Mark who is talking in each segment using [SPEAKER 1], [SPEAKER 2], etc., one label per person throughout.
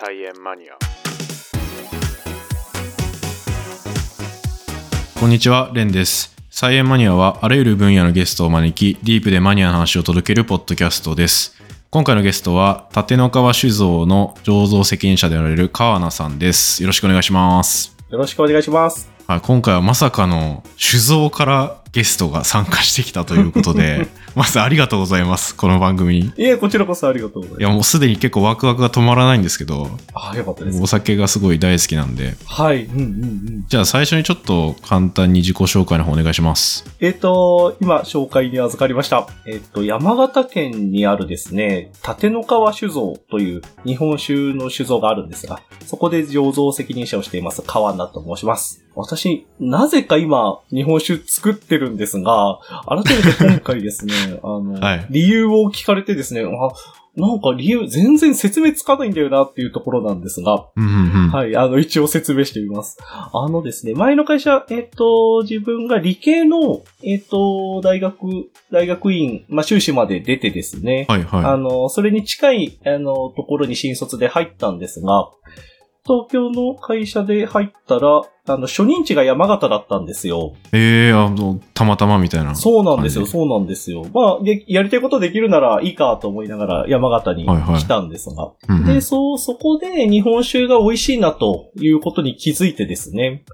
[SPEAKER 1] 菜園マニア
[SPEAKER 2] こんにちは、レンです。菜園マニアはあらゆる分野のゲストを招き、ディープでマニアの話を届けるポッドキャストです。今回のゲストは、立野川酒造の醸造責任者であられる川名さんです。よろしくお願いします。
[SPEAKER 3] よろしくお願いします。
[SPEAKER 2] はい、今回はまさかの酒造からゲストが参加してきたということ で、まずありがとうございます、この番組に。
[SPEAKER 3] いえ、こちらこそありがとうござ
[SPEAKER 2] い
[SPEAKER 3] います。
[SPEAKER 2] や、もうすでに結構ワクワクが止まらないんですけど、
[SPEAKER 3] ああ、よかったです
[SPEAKER 2] お。酒がすごい大好きなんで。
[SPEAKER 3] はい。うんうんうん。
[SPEAKER 2] じゃあ最初にちょっと簡単に自己紹介の方お願いします。
[SPEAKER 3] えっ、と、今、紹介に預かりました。えっ、と、山形県にあるですね、立野川酒造という日本酒の酒造があるんですが、そこで醸造責任者をしています、川名と申します。私、なぜか今、日本酒作ってるんですが、改めて今 回ですね、あの、
[SPEAKER 2] はい
[SPEAKER 3] 理由を聞かれてですね、あなんか理由、全然説明つかないんだよなっていうところなんですが、
[SPEAKER 2] うんうんうん。
[SPEAKER 3] はい、あの、一応説明してみます。あのですね、前の会社、えっ、と、自分が理系の、えっ、と、大学、大学院、まあ、修士まで出てですね、
[SPEAKER 2] はいはい。
[SPEAKER 3] あの、それに近い、あの、ところに新卒で入ったんですが、東京の会社で入ったら、あの、初任地が山形だったんですよ。
[SPEAKER 2] ええあの、たまたまみたいな。
[SPEAKER 3] そうなんですよ、
[SPEAKER 2] はい
[SPEAKER 3] そうなんですよ。まあ、でやりたいことできるならいいかと思いながら山形に
[SPEAKER 2] はいはい
[SPEAKER 3] 来たんですが、
[SPEAKER 2] うんうん
[SPEAKER 3] で、そう、そこで日本酒が美味しいなということに気づいてですね。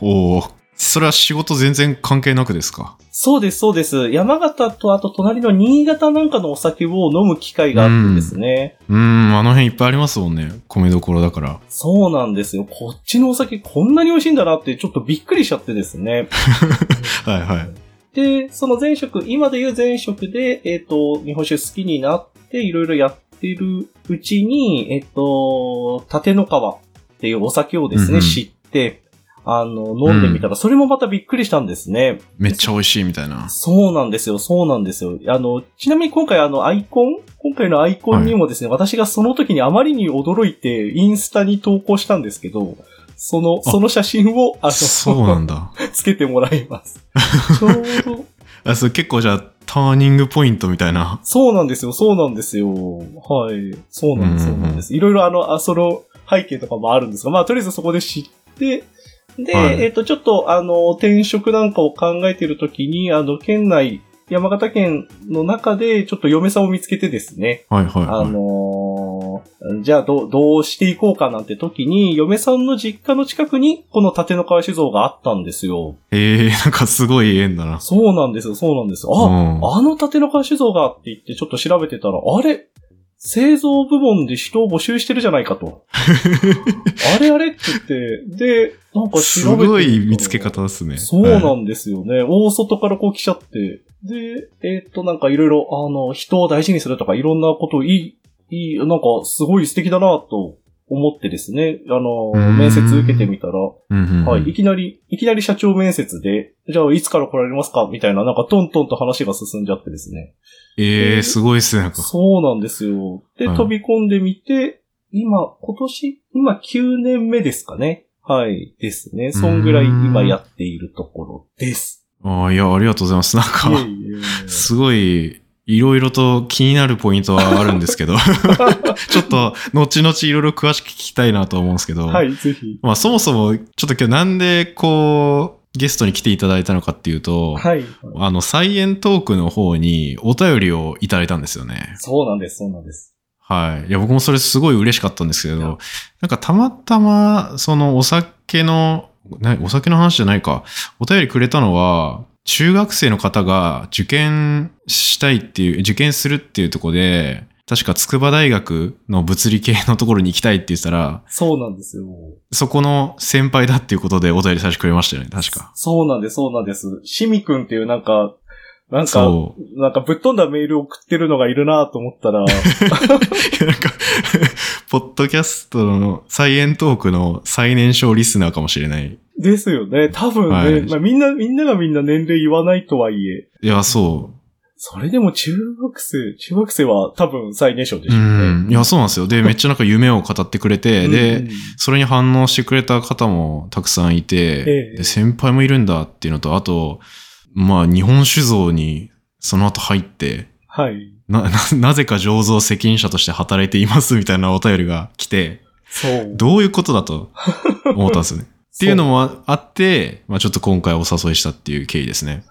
[SPEAKER 2] おお。それは仕事全然関係なくですか
[SPEAKER 3] そうです、そうです。山形とあと隣の新潟なんかのお酒を飲む機会があってですね。
[SPEAKER 2] うーん、あの辺いっぱいありますもんね。米どころだから。
[SPEAKER 3] そうなんですよ。こっちのお酒こんなに美味しいんだなってちょっとびっくりしちゃってですね。
[SPEAKER 2] はいはい。
[SPEAKER 3] で、その前職、今でいう前職で、えっ、と、日本酒好きになっていろいろやってるうちに、えっ、と、立の川っていうお酒をですね、
[SPEAKER 2] うんうん
[SPEAKER 3] 知って、あの、飲んでみたら、それもまたびっくりしたんですね。
[SPEAKER 2] めっちゃ美味しいみたいな。
[SPEAKER 3] そうなんですよ、そうなんですよ。あの、ちなみに今回あの、アイコン今回のアイコンにもですね、私がその時にあまりに驚いて、インスタに投稿したんですけど、その、
[SPEAKER 2] あ
[SPEAKER 3] その写真を、あの、
[SPEAKER 2] そうなん だ。
[SPEAKER 3] つけてもらい ます。ちょうど、
[SPEAKER 2] あそれ結構じゃあ、ターニングポイントみたいな。
[SPEAKER 3] そうなんですよ、そうなんですよ。はい。そうなんです、
[SPEAKER 2] うん
[SPEAKER 3] そううん
[SPEAKER 2] うん
[SPEAKER 3] なんです。いろいろあの、あその背景とかもあるんですが、まあ、とりあえずそこで知って、で、
[SPEAKER 2] はい
[SPEAKER 3] えっ、と、ちょっと、あの、転職なんかを考えてるときに、あの、県内、山形県の中で、ちょっと嫁さんを見つけてですね、
[SPEAKER 2] はいはい、
[SPEAKER 3] あ
[SPEAKER 2] はい。
[SPEAKER 3] のーじゃあどう、どうしていこうかなんて時に、嫁さんの実家の近くに、この立の川酒造があったんですよ。
[SPEAKER 2] ええなんかすごい縁だな。
[SPEAKER 3] そうなんですよ、そうなんですよ。あ、
[SPEAKER 2] うん
[SPEAKER 3] あの立の川酒造がって言ってちょっと調べてたら、あれ製造部門で人を募集してるじゃない かと。あれあれって言って、で、なんか調べてみたら
[SPEAKER 2] すごい見つけ方ですね。
[SPEAKER 3] そうな
[SPEAKER 2] はい
[SPEAKER 3] んですよね。大外からこう来ちゃって。で、えーっと、なんかいろいろ、あの、人を大事にするとかいろんなことをいい、いい、なんかすごい素敵だなと思ってですね、あの
[SPEAKER 2] うー、ん
[SPEAKER 3] 面接受けてみたら、
[SPEAKER 2] うんうんうん
[SPEAKER 3] はい、いきなり、いきなり社長面接で、じゃあいつから来られますかみたいな、なんかトントンと話が進んじゃってですね。
[SPEAKER 2] ええすごいっすね。なんか
[SPEAKER 3] そうなんですよ。で、
[SPEAKER 2] はい
[SPEAKER 3] 飛び込んでみて、今、今年、今9年目ですかね。はい、ですね。そんぐらい今やっているところです。
[SPEAKER 2] ああ、いや、ありがとうございます。なんか、
[SPEAKER 3] いえいえいえ
[SPEAKER 2] すごい、いろいろと気になるポイントはあるんですけ ど、ちょっと、後々いろいろ詳しく聞きたいなと思うんですけど、
[SPEAKER 3] はい、ぜひ。
[SPEAKER 2] まあそもそも、ちょっと今日なんで、こう、ゲストに来ていただいたのかっていうと、
[SPEAKER 3] はい。
[SPEAKER 2] あの、菜園トークの方にお便りをいただいたんですよね。
[SPEAKER 3] そうなんです、そうなんです。
[SPEAKER 2] はい。いや、僕もそれすごい嬉しかったんですけど、
[SPEAKER 3] いや
[SPEAKER 2] なんかたまたま、そのお酒の、なお酒の話じゃないか、お便りくれたのは、中学生の方が受験したいっていう、受験するっていうところで、確か筑波大学の物理系のところに行きたいって言ってたら、
[SPEAKER 3] そうなんですよ。
[SPEAKER 2] そこの先輩だっていうことでお便りさせてくれましたよね、確か。
[SPEAKER 3] そうなんです、そうなんです。シミくんっていうなんか、なんか、
[SPEAKER 2] そう。
[SPEAKER 3] なんかぶっ飛んだメールを送ってるのがいるなと思っ たら、
[SPEAKER 2] いやなんか、ポッドキャストの菜園トークの最年少リスナーかもしれない
[SPEAKER 3] ですよね。多分ね、
[SPEAKER 2] はい
[SPEAKER 3] まあ、みんな、みんながみんな年齢言わないとはいえ、
[SPEAKER 2] いや、そう。
[SPEAKER 3] それでも中学生、中学生は多分最年少でし
[SPEAKER 2] う
[SPEAKER 3] ょうね。
[SPEAKER 2] ん。いや、そうなんですよ。で、めっちゃなんか夢を語ってくれて、
[SPEAKER 3] う
[SPEAKER 2] で
[SPEAKER 3] ん、、
[SPEAKER 2] それに反応してくれた方もたくさんいて
[SPEAKER 3] え、え
[SPEAKER 2] で先輩もいるんだっていうのと、あと、まあ、日本酒造にその後入って、
[SPEAKER 3] はい。
[SPEAKER 2] な、な、なぜか醸造責任者として働いていますみたいなお便りが来て、
[SPEAKER 3] そう。
[SPEAKER 2] どういうことだと思ったん ですよね。っていうのもああって、まあちょっと今回お誘いしたっていう経緯ですね。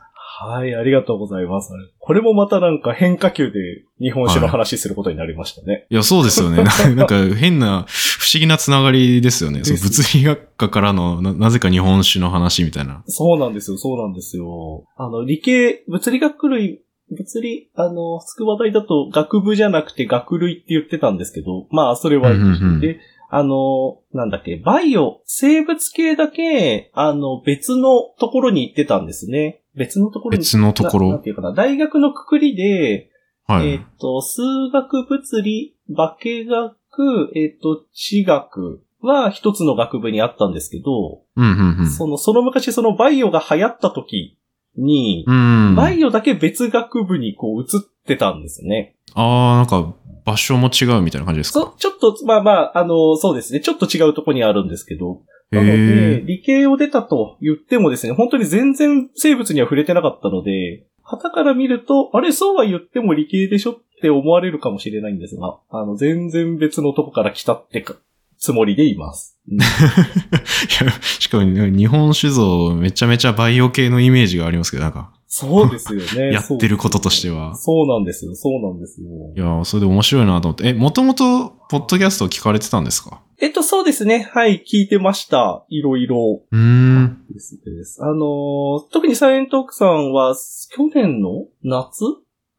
[SPEAKER 3] はい、ありがとうございます。これもまたなんか変化球で日本酒の話することになりましたね。
[SPEAKER 2] いや、そうですよ ね。ななんか変な、不思議なつながりですよね。そう
[SPEAKER 3] です
[SPEAKER 2] 物理学科からのな、なぜか日本史の話みたいな。
[SPEAKER 3] そうなんですよ、そうなんですよ。あの、理系、物理学類、物理、あの、筑波大だと学部じゃなくて学類って言ってたんですけど、まあ、それは、
[SPEAKER 2] うんうんうん
[SPEAKER 3] で、あの、なんだっけ、バイオ、生物系だけ、あの、別のところに行ってたんですね。別のところに
[SPEAKER 2] 別のとこ
[SPEAKER 3] ななん
[SPEAKER 2] ろ。
[SPEAKER 3] ていうかな、大学のくくりで、
[SPEAKER 2] はい。
[SPEAKER 3] えっ、と、数学、物理、化学、えっ、と、地学は一つの学部にあったんですけど、
[SPEAKER 2] うんうんうん。
[SPEAKER 3] その、その昔そのバイオが流行った時に、
[SPEAKER 2] うん。
[SPEAKER 3] バイオだけ別学部にこう移ってたんですね。
[SPEAKER 2] ああ、なんか、場所も違うみたいな感じですか
[SPEAKER 3] そ、ちょっと、まあまあ、あの、そうですね。ちょっと違うとこにあるんですけど。
[SPEAKER 2] へ
[SPEAKER 3] なので、
[SPEAKER 2] え。
[SPEAKER 3] 理系を出たと言ってもですね、本当に全然生物には触れてなかったので、旗から見ると、あれ、そうは言っても理系でしょって思われるかもしれないんですが、あの、全然別のとこから来たってか、つもりでいます。うん
[SPEAKER 2] いやしかも、日本酒造、めちゃめちゃバイオ系のイメージがありますけど、なんか、
[SPEAKER 3] そうですよ ね。
[SPEAKER 2] やってることとしては。
[SPEAKER 3] そうなんですよ、そうなんですよ
[SPEAKER 2] い。やーそれで面白いなと思って。え、もともと、ポッドキャストを聞かれてたんですか
[SPEAKER 3] えっと、そうですね。はい、聞いてました。いろいろ。
[SPEAKER 2] うーん。
[SPEAKER 3] ですです。あのー特にサイエントークさんは、去年の夏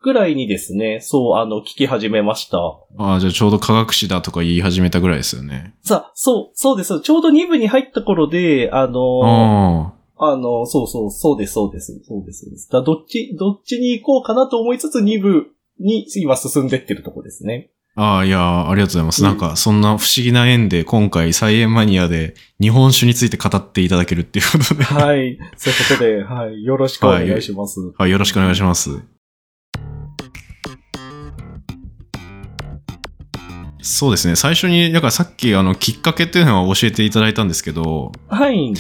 [SPEAKER 3] ぐらいにですね、そう、あの、聞き始めました。
[SPEAKER 2] ああ、じゃあちょうど科学史だとか言い始めたぐらいですよね。
[SPEAKER 3] さあ、そう、そうです。ちょうど2部に入った頃で、あのー
[SPEAKER 2] あ
[SPEAKER 3] あのーそうそう、そうです、そうです、そうです。そうですだどっち、どっちに行こうかなと思いつつ2部に今進んでってるとこですね。
[SPEAKER 2] あ。ああ、いやーありがとうございます。
[SPEAKER 3] うん
[SPEAKER 2] なんか、そんな不思議な縁で、今回、菜園マニアで日本酒について語っていただけるっていうことで。
[SPEAKER 3] はい。そういうことで、はい。よろしくお願いします。
[SPEAKER 2] はい、よろしくお願いします。そうですね。最初に、だからさっき、あの、きっかけっていうのは教えていただいたんですけど、
[SPEAKER 3] はい。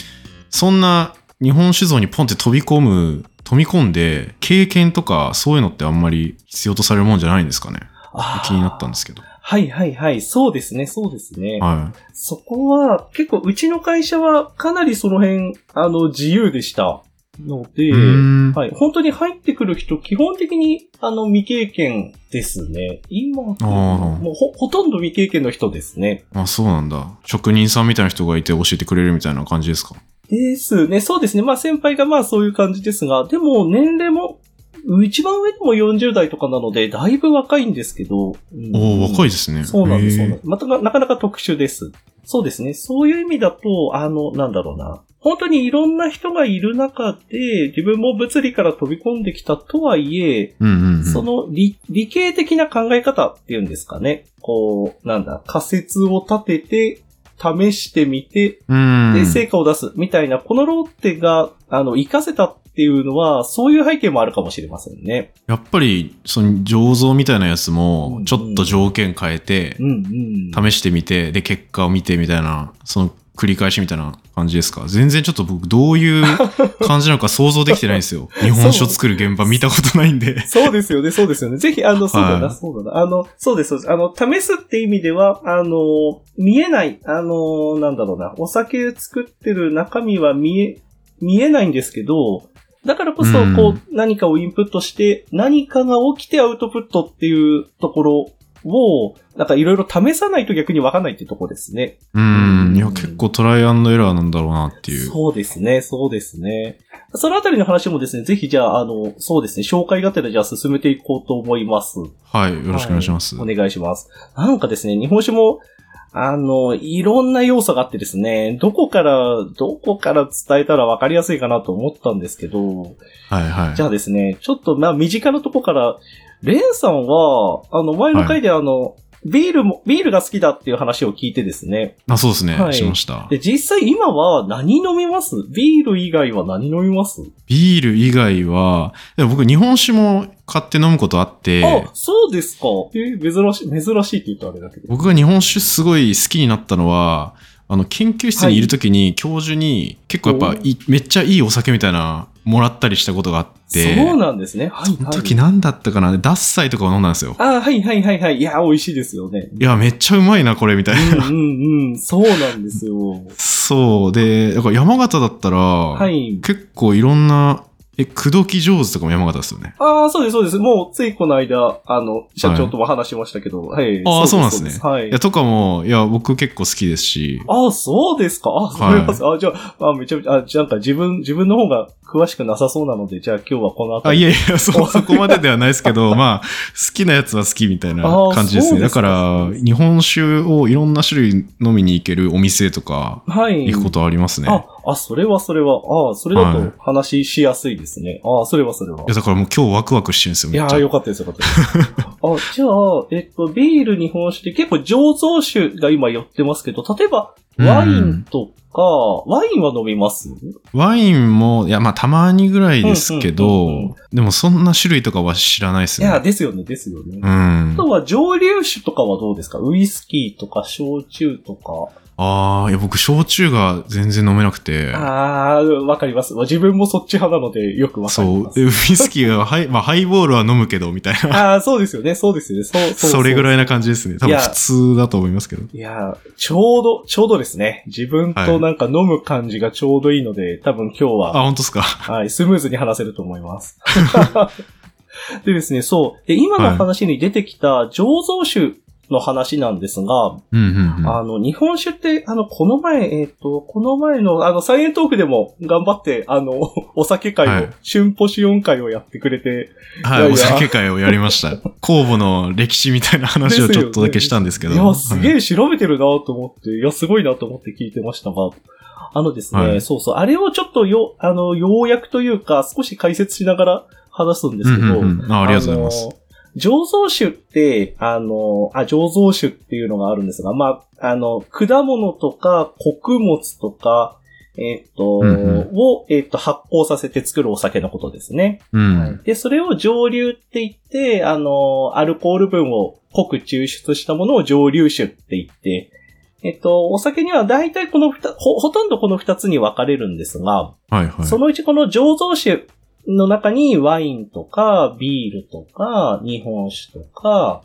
[SPEAKER 2] そんな日本酒造にポンって飛び込む、飛び込んで、経験とかそういうのってあんまり必要とされるもんじゃないんですかね。
[SPEAKER 3] あー
[SPEAKER 2] 気になったんですけど。
[SPEAKER 3] はいはいはい。そうですね、そうですね。
[SPEAKER 2] は
[SPEAKER 3] そこは、結構、うちの会社はかなりその辺、あの、自由でしたの
[SPEAKER 2] い。
[SPEAKER 3] で、
[SPEAKER 2] うーん
[SPEAKER 3] はい、本当に入ってくる人、基本的に、あの、未経験ですね。今、も
[SPEAKER 2] あー
[SPEAKER 3] うほ、ほとんど未経験の人ですね。
[SPEAKER 2] あ、そうなんだ。職人さんみたいな人がいて教えてくれるみたいな感じですか。
[SPEAKER 3] ですね。そうですね。まあ、先輩がまあ、そういう感じですが、でも、年齢も、一番上でも40代とかなので、だいぶ若いんですけど。うん
[SPEAKER 2] おお、若いですね。
[SPEAKER 3] そうなんです、そうなん
[SPEAKER 2] へ
[SPEAKER 3] です。また、なかなか特殊です。そうですね。そういう意味だと、あの、なんだろうな。本当にいろんな人がいる中で、自分も物理から飛び込んできたとはいえ、
[SPEAKER 2] ーうんうん、うん。
[SPEAKER 3] その理理系的な考え方っていうんですかね。こう、なんだ、仮説を立てて、試してみて、
[SPEAKER 2] うん。
[SPEAKER 3] で、成果を出すみたいな、このローテが、あの、活かせたっていうのは、そういう背景もあるかもしれませんね。
[SPEAKER 2] やっぱり、その醸造みたいなやつ
[SPEAKER 3] うんう
[SPEAKER 2] も
[SPEAKER 3] ん、
[SPEAKER 2] ちょっと条件変えて
[SPEAKER 3] う、んうん。
[SPEAKER 2] 試してみて、で、結果を見てみたいな、その繰り返しみたいな感じですか全然ちょっと僕、どういう 感じなのか想像できてないんですよ。日本酒を作る現場見たことないんで。
[SPEAKER 3] そうですよね、そうですよね。ぜひ、あの、そうだな、
[SPEAKER 2] はい
[SPEAKER 3] そうだな。あの、そうです、そうです。あの、試すって意味では、あの、見えない、あの、なんだろうな、お酒作ってる中身は見え、見えないんですけど、だからこそ
[SPEAKER 2] うん、
[SPEAKER 3] こう、何かをインプットして、何かが起きてアウトプットっていうところを、なんかいろいろ試さないと逆にわかんないってとこですね。
[SPEAKER 2] うん
[SPEAKER 3] う。ん
[SPEAKER 2] いや、結構トライアンドエラーなんだろうなっていう。
[SPEAKER 3] そうですね、そうですね。そのあたりの話もですね、ぜひじゃあ、あの、そうですね、紹介がてらじゃあ進めていこうと思います。
[SPEAKER 2] はい。よろしくお願いします。
[SPEAKER 3] お願いします。なんかですね、日本酒も、あの、いろんな要素があってですね、どこから、どこから伝えたら分かりやすいかなと思ったんですけど、
[SPEAKER 2] はいはい
[SPEAKER 3] じ。ゃあですね、ちょっとまあ身近なとこから、レンさんは、あの、前の回であの、ビールも、ビールが好きだっていう話を聞いてですね。
[SPEAKER 2] あ、そうですね。
[SPEAKER 3] はい
[SPEAKER 2] しました。
[SPEAKER 3] で、実際今は何飲みますビール以外は何飲みます、
[SPEAKER 2] ビール以外は、でも僕、日本酒も買って飲むことあって
[SPEAKER 3] あ、、そうですか。え、珍しい、珍しいって言ったらあれだけど。
[SPEAKER 2] 僕が日本酒すごい好きになったのは、あの、研究室にいるときに、教授に、結構やっぱい、めっちゃいいお酒みたいな、もらったりしたことがあって、て、
[SPEAKER 3] そうなんですね。はい、はい。
[SPEAKER 2] その時何だったかなダッサイとかを飲んだんですよ。
[SPEAKER 3] あーはいはいはいはい。いやー、美味しいですよね。
[SPEAKER 2] いや、めっちゃうまいな、これ、みたいな。
[SPEAKER 3] うんうんうん。そうなんですよ。
[SPEAKER 2] そう。で、だから山形だったら、
[SPEAKER 3] はい。
[SPEAKER 2] 結構いろんな、え、口説き上手とかも山形ですよね。
[SPEAKER 3] ああ、そうです、そうです。もう、ついこの間、あの、社長とも話しましたけど、はい。
[SPEAKER 2] あー
[SPEAKER 3] す
[SPEAKER 2] そうなんですね
[SPEAKER 3] すはい
[SPEAKER 2] いや、。とかも、いや、僕結構好きですし、
[SPEAKER 3] ああ、そうですか。あ
[SPEAKER 2] はい
[SPEAKER 3] そうです。あじゃあ、あめちゃめちゃ、あ、じゃあなんか自分、自分の方が詳しくなさそうなので、じゃあ今日はこの後。
[SPEAKER 2] あ、いやい や、 そう、そこまでではないですけど、まあ、好きなやつは好きみたいな感じです
[SPEAKER 3] あーそう
[SPEAKER 2] ね。
[SPEAKER 3] で
[SPEAKER 2] だ
[SPEAKER 3] すか
[SPEAKER 2] から、日本酒をいろんな種類飲みに行けるお店とか、
[SPEAKER 3] はい。
[SPEAKER 2] 行くことありますね。
[SPEAKER 3] あ、あ、それはそれは。ああ、それだ
[SPEAKER 2] はい
[SPEAKER 3] と話しやすいですね。ああ、それはそれはい
[SPEAKER 2] や、。だからもう今日ワクワクしてるんですよ、
[SPEAKER 3] い
[SPEAKER 2] めっ
[SPEAKER 3] や
[SPEAKER 2] ちゃ。
[SPEAKER 3] ー、よかったです、よかったです。 あ、じゃあ、えっと、ビール、日本酒って結構醸造酒が今寄ってますけど、例えば、ワインとか、ワインは飲みます
[SPEAKER 2] ワインも、いや、まあ、たまにぐらいですけど、
[SPEAKER 3] うんうんうんうん
[SPEAKER 2] でもそんな種類とかは知らないです
[SPEAKER 3] いや、
[SPEAKER 2] ね。
[SPEAKER 3] ですよね、ですよね。
[SPEAKER 2] う
[SPEAKER 3] あ
[SPEAKER 2] ん。
[SPEAKER 3] とは、蒸留酒とかはどうですかウイスキーとか、焼酎とか。
[SPEAKER 2] ああ、いや、僕、焼酎が全然飲めなくて。
[SPEAKER 3] あー、わかります。自分もそっち派なので、よくわかり
[SPEAKER 2] そ
[SPEAKER 3] ま
[SPEAKER 2] う、
[SPEAKER 3] す。
[SPEAKER 2] ウイスキーは、はい、まあ、ハイ ボールは飲むけど、みたいな。
[SPEAKER 3] あー、そうですよね、そうですよね。そう、う
[SPEAKER 2] それぐ
[SPEAKER 3] い。
[SPEAKER 2] らいな感じですね。多
[SPEAKER 3] い
[SPEAKER 2] 分
[SPEAKER 3] や
[SPEAKER 2] 普通だと思いますけど。
[SPEAKER 3] いやーちょうど、ちょうどですね。自分となんか飲む感じがちょうどいいので、多分今日は
[SPEAKER 2] あ、本当ですか。
[SPEAKER 3] はい、スムーズに話せると思い ます。でですね、そう。で、今の話に出てきた醸造酒の話なんですが、
[SPEAKER 2] うんうんうん。
[SPEAKER 3] あの、日本酒って、あの、この前、えっ、と、この前の、あの、サイエントークでも頑張って、あの、お酒会を、
[SPEAKER 2] はい
[SPEAKER 3] 春ポシオン会をやってくれて、
[SPEAKER 2] はいい、
[SPEAKER 3] やいや
[SPEAKER 2] お酒会をやりま した。酵母の歴史みたいな話を
[SPEAKER 3] ですよ
[SPEAKER 2] ち
[SPEAKER 3] ね
[SPEAKER 2] ょっとだけしたんですけど。
[SPEAKER 3] いや、す
[SPEAKER 2] は
[SPEAKER 3] げ
[SPEAKER 2] い
[SPEAKER 3] え調べてるなと思って、いや、すごいなと思って聞いてましたが、あのですね、
[SPEAKER 2] はい
[SPEAKER 3] そうそう、あれをちょっとよ、あの、要約というか、少し解説しながら話すんですけど、。
[SPEAKER 2] うんうんうんあありがとうございます
[SPEAKER 3] 醸造酒って、あの、あ、醸造酒っていうのがあるんですが、まあ、あの、果物とか穀物とか、えっ、と、
[SPEAKER 2] うんうん
[SPEAKER 3] を、えっ、と、発酵させて作るお酒のことですね。
[SPEAKER 2] うん。
[SPEAKER 3] で、それを蒸留って言って、あの、アルコール分を濃く抽出したものを蒸留酒って言って、えっと、お酒には大体この二つ、ほ、ほとんどこの二つに分かれるんですが、
[SPEAKER 2] はいはい。
[SPEAKER 3] そのうちこの醸造酒の中にワインとか、ビールとか、日本酒とか、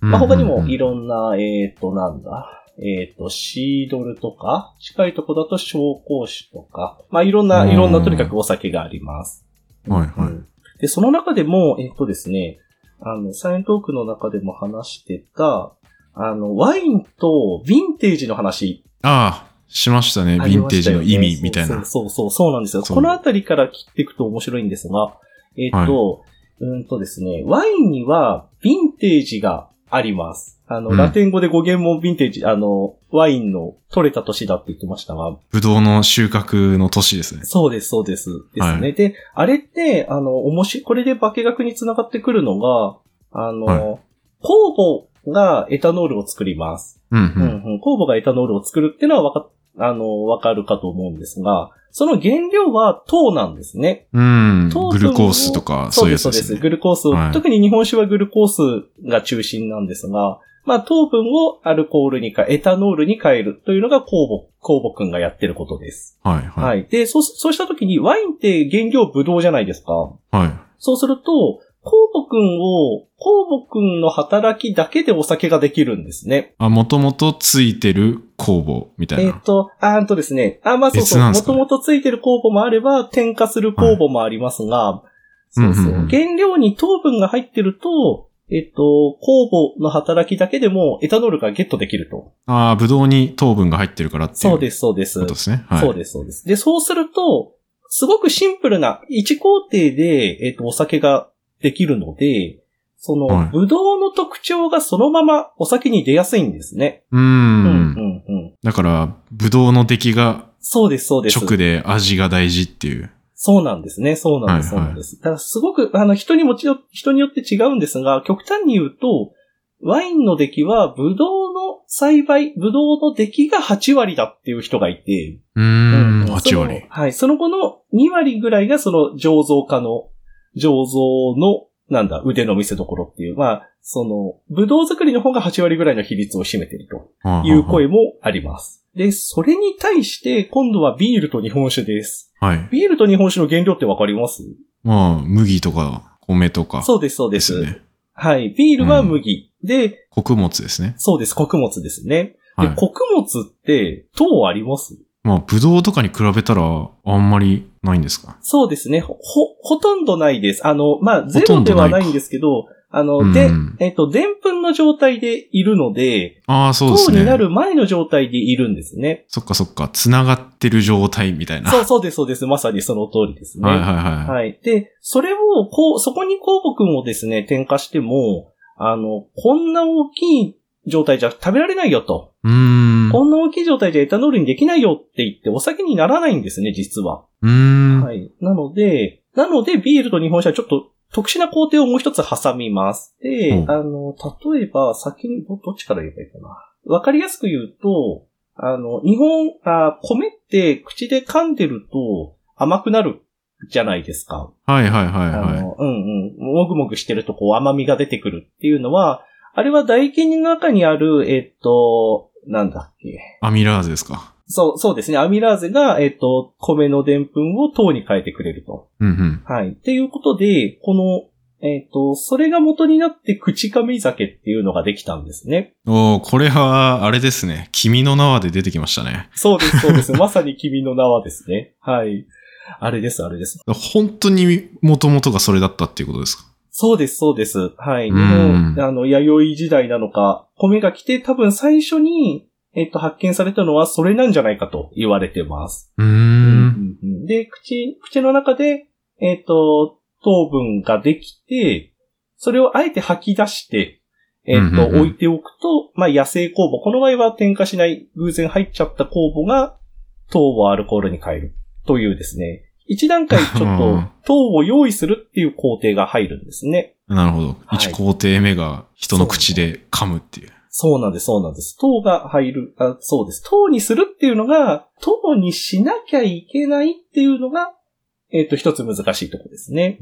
[SPEAKER 3] まあ、他にもいろんな、えっ、と、なんだ、えっ、と、シードルとか、近いとこだと紹興酒とか、まあ、いろんな、
[SPEAKER 2] うん
[SPEAKER 3] いろんなとにかくお酒があります。
[SPEAKER 2] はいはい
[SPEAKER 3] うんで、その中でも、えっ、とですね、あの、サイエントークの中でも話してた、あの、ワインとヴィンテージの話
[SPEAKER 2] ああ、しましたね。ヴ
[SPEAKER 3] あり
[SPEAKER 2] ィン
[SPEAKER 3] ま
[SPEAKER 2] テー
[SPEAKER 3] した
[SPEAKER 2] ジ
[SPEAKER 3] よ
[SPEAKER 2] の
[SPEAKER 3] ね
[SPEAKER 2] 意味みたい
[SPEAKER 3] そう
[SPEAKER 2] な。
[SPEAKER 3] そうそうそう、そうなんですよ。
[SPEAKER 2] そう
[SPEAKER 3] このあたりから切っていくと面白いんですが、えっ、と、うーんとですね、ワインにはヴィンテージがあります。あの、
[SPEAKER 2] うん
[SPEAKER 3] ラテン語で語源もヴィンテージ、あの、ワインの取れた年だって言ってましたが、
[SPEAKER 2] ぶどうの収穫の年ですね。
[SPEAKER 3] そうです、そうです。ですね。
[SPEAKER 2] は
[SPEAKER 3] で、あれって、あの、おもし、これで化学につながってくるのが、あの、
[SPEAKER 2] はい
[SPEAKER 3] 酵母がエタノールを作ります。
[SPEAKER 2] うん
[SPEAKER 3] う
[SPEAKER 2] うんん。
[SPEAKER 3] うん、酵母がエタノールを作るっていうのはわか、あの、わかるかと思うんですが、その原料は糖なんですね。
[SPEAKER 2] うん。
[SPEAKER 3] 糖分を
[SPEAKER 2] グルコースとか、
[SPEAKER 3] そ
[SPEAKER 2] そうういう
[SPEAKER 3] で
[SPEAKER 2] やつ
[SPEAKER 3] す、そう
[SPEAKER 2] で
[SPEAKER 3] ですす。
[SPEAKER 2] ね。
[SPEAKER 3] グルコースを、
[SPEAKER 2] はい
[SPEAKER 3] 特に日本酒はグルコースが中心なんですが、まあ糖分をアルコールにか、エタノールに変えるというのが酵母、酵母くんがやってることです。
[SPEAKER 2] はいは。
[SPEAKER 3] はいい。で、そう、そうした時にワインって原料ブドウじゃないですか。
[SPEAKER 2] はい。
[SPEAKER 3] そうすると、酵母くんを、酵母くんの働きだけでお酒ができるんですね。
[SPEAKER 2] あ、もともとついてる酵母みたい
[SPEAKER 3] えっ、
[SPEAKER 2] な。
[SPEAKER 3] と、あーんとですね。あ、まあそう
[SPEAKER 2] 別
[SPEAKER 3] そう。
[SPEAKER 2] なん
[SPEAKER 3] も
[SPEAKER 2] ですか
[SPEAKER 3] と
[SPEAKER 2] ね
[SPEAKER 3] もとついてる酵母もあれば、添加する酵母もありますが、そうそう
[SPEAKER 2] うんうんうん
[SPEAKER 3] 原料に糖分が入ってると、えっ、と、酵母の働きだけでもエタノールがゲットできると。
[SPEAKER 2] ああ、ぶどうに糖分が入ってるからっていう
[SPEAKER 3] そう
[SPEAKER 2] こ
[SPEAKER 3] です、そうです。
[SPEAKER 2] とですね。はい。
[SPEAKER 3] そうです、そうです。で、そうすると、すごくシンプルな、一工程で、えっ、と、お酒ができるので、その、
[SPEAKER 2] はい
[SPEAKER 3] ブドウの特徴がそのままお酒に出やすいんですね。
[SPEAKER 2] う。
[SPEAKER 3] うん、うんん、うん。
[SPEAKER 2] だから、ぶどうの出来が
[SPEAKER 3] そうです、そうです。
[SPEAKER 2] 直で味が大事っていう。
[SPEAKER 3] そうなんですね。そうなんです。そ
[SPEAKER 2] は
[SPEAKER 3] う
[SPEAKER 2] いはい
[SPEAKER 3] なんです。だからすごく、あの、人にもちろん、人によって違うんですが、極端に言うと、ワインの出来は、ブドウの栽培、ブドウの出来が8割だっていう人がいて、
[SPEAKER 2] うーん、
[SPEAKER 3] そ
[SPEAKER 2] 8
[SPEAKER 3] の
[SPEAKER 2] 割。
[SPEAKER 3] はい。その後の2割ぐらいが、その、醸造家の、醸造の、なんだ、腕の見せ所っていう、まあ、その、ブドウ作りの方が8割ぐらいの比率を占めていると。いう声もあります。で、それに対して、今度はビールと日本酒です。
[SPEAKER 2] はい。
[SPEAKER 3] ビールと日本酒の原料ってわかります
[SPEAKER 2] まあ、麦とか米とか
[SPEAKER 3] そうです、そう
[SPEAKER 2] で
[SPEAKER 3] です。
[SPEAKER 2] すよね。
[SPEAKER 3] はい。ビールは麦。で、
[SPEAKER 2] 穀物ですね。
[SPEAKER 3] そうです、穀物ですね。
[SPEAKER 2] はい
[SPEAKER 3] で、。穀物って糖あります
[SPEAKER 2] まあ、ぶどうとかに比べたら、あんまりないんですか
[SPEAKER 3] そうですね。ほ、ほほとんどないです。あの、まあ、ゼ
[SPEAKER 2] ほと
[SPEAKER 3] ロ
[SPEAKER 2] ん
[SPEAKER 3] で
[SPEAKER 2] どな
[SPEAKER 3] はい
[SPEAKER 2] か
[SPEAKER 3] ないんですけど、あの、
[SPEAKER 2] うん
[SPEAKER 3] で、えっと、でんぷんの状態でいるので、
[SPEAKER 2] ああ、そうで
[SPEAKER 3] 糖
[SPEAKER 2] す
[SPEAKER 3] にな
[SPEAKER 2] ね。
[SPEAKER 3] る前の状態でいるんですね。
[SPEAKER 2] そっかそっか。繋がってる状態みたいな。
[SPEAKER 3] そう、そうです、そうです。まさにその通りですね。
[SPEAKER 2] はいはいは
[SPEAKER 3] はい。で、それを、こう、そこに酵母君をですね、添加しても、あの、こんな大きい状態じゃ食べられないよと。
[SPEAKER 2] い。うーん。う
[SPEAKER 3] こんな大きい状態じゃエタノールにできないよって言って、お酒にならないんですね、実は。
[SPEAKER 2] ーん。
[SPEAKER 3] はい。なので、なので、ビールと日本酒はちょっと特殊な工程をもう一つ挟みます。で、
[SPEAKER 2] うん
[SPEAKER 3] あの、例えば、先に、どどっちから言えばいいかな。わかりやすく言うと、あの、日本、あ米って口で噛んでると甘くなるじゃないですか。
[SPEAKER 2] はいはいはい
[SPEAKER 3] あ
[SPEAKER 2] はい。
[SPEAKER 3] の、うんうん。もぐもぐしてるとこう甘みが出てくるっていうのは、あれは唾液の中にある、えっと、なんだっけ。
[SPEAKER 2] アミラーゼですか。
[SPEAKER 3] そう、そうですね。アミラーゼが、えっと、米の澱粉を糖に変えてくれると。
[SPEAKER 2] うんうん。
[SPEAKER 3] はい。っていうことで、この、えっ、と、それが元になって口紙酒っていうのができたんですね。
[SPEAKER 2] おーこれは、あれですね。君の名はで出てきましたね。
[SPEAKER 3] そうです、そう です。まさに君の名はですね。はい。あれです、あれです。
[SPEAKER 2] 本当に元々がそれだったっていうことですか
[SPEAKER 3] そうです、そうです。はい。
[SPEAKER 2] う
[SPEAKER 3] 日
[SPEAKER 2] ん
[SPEAKER 3] 本、あの、弥生時代なのか、米が来て多分最初に、えっ、と、発見されたのはそれなんじゃないかと言われてます。
[SPEAKER 2] うー。
[SPEAKER 3] うんんうんうんで、口、口の中で、えっ、と、糖分ができて、それをあえて吐き出して、えっ、と、
[SPEAKER 2] うんうんうん
[SPEAKER 3] 置いておくと、まあ、野生酵母。この場合は添加しない、偶然入っちゃった酵母が、糖をアルコールに変える。というですね。一段階ちょ
[SPEAKER 2] う
[SPEAKER 3] っと
[SPEAKER 2] ん、
[SPEAKER 3] 糖を用意するっていう工程が入るんですね。
[SPEAKER 2] なるほど。
[SPEAKER 3] はい
[SPEAKER 2] 一工程目が人の口で噛むっていう。
[SPEAKER 3] そうなんです、そうなんです。糖が入る、あそうです。糖にするっていうのが、糖にしなきゃいけないっていうのが、えっ、と、一つ難しいところですね。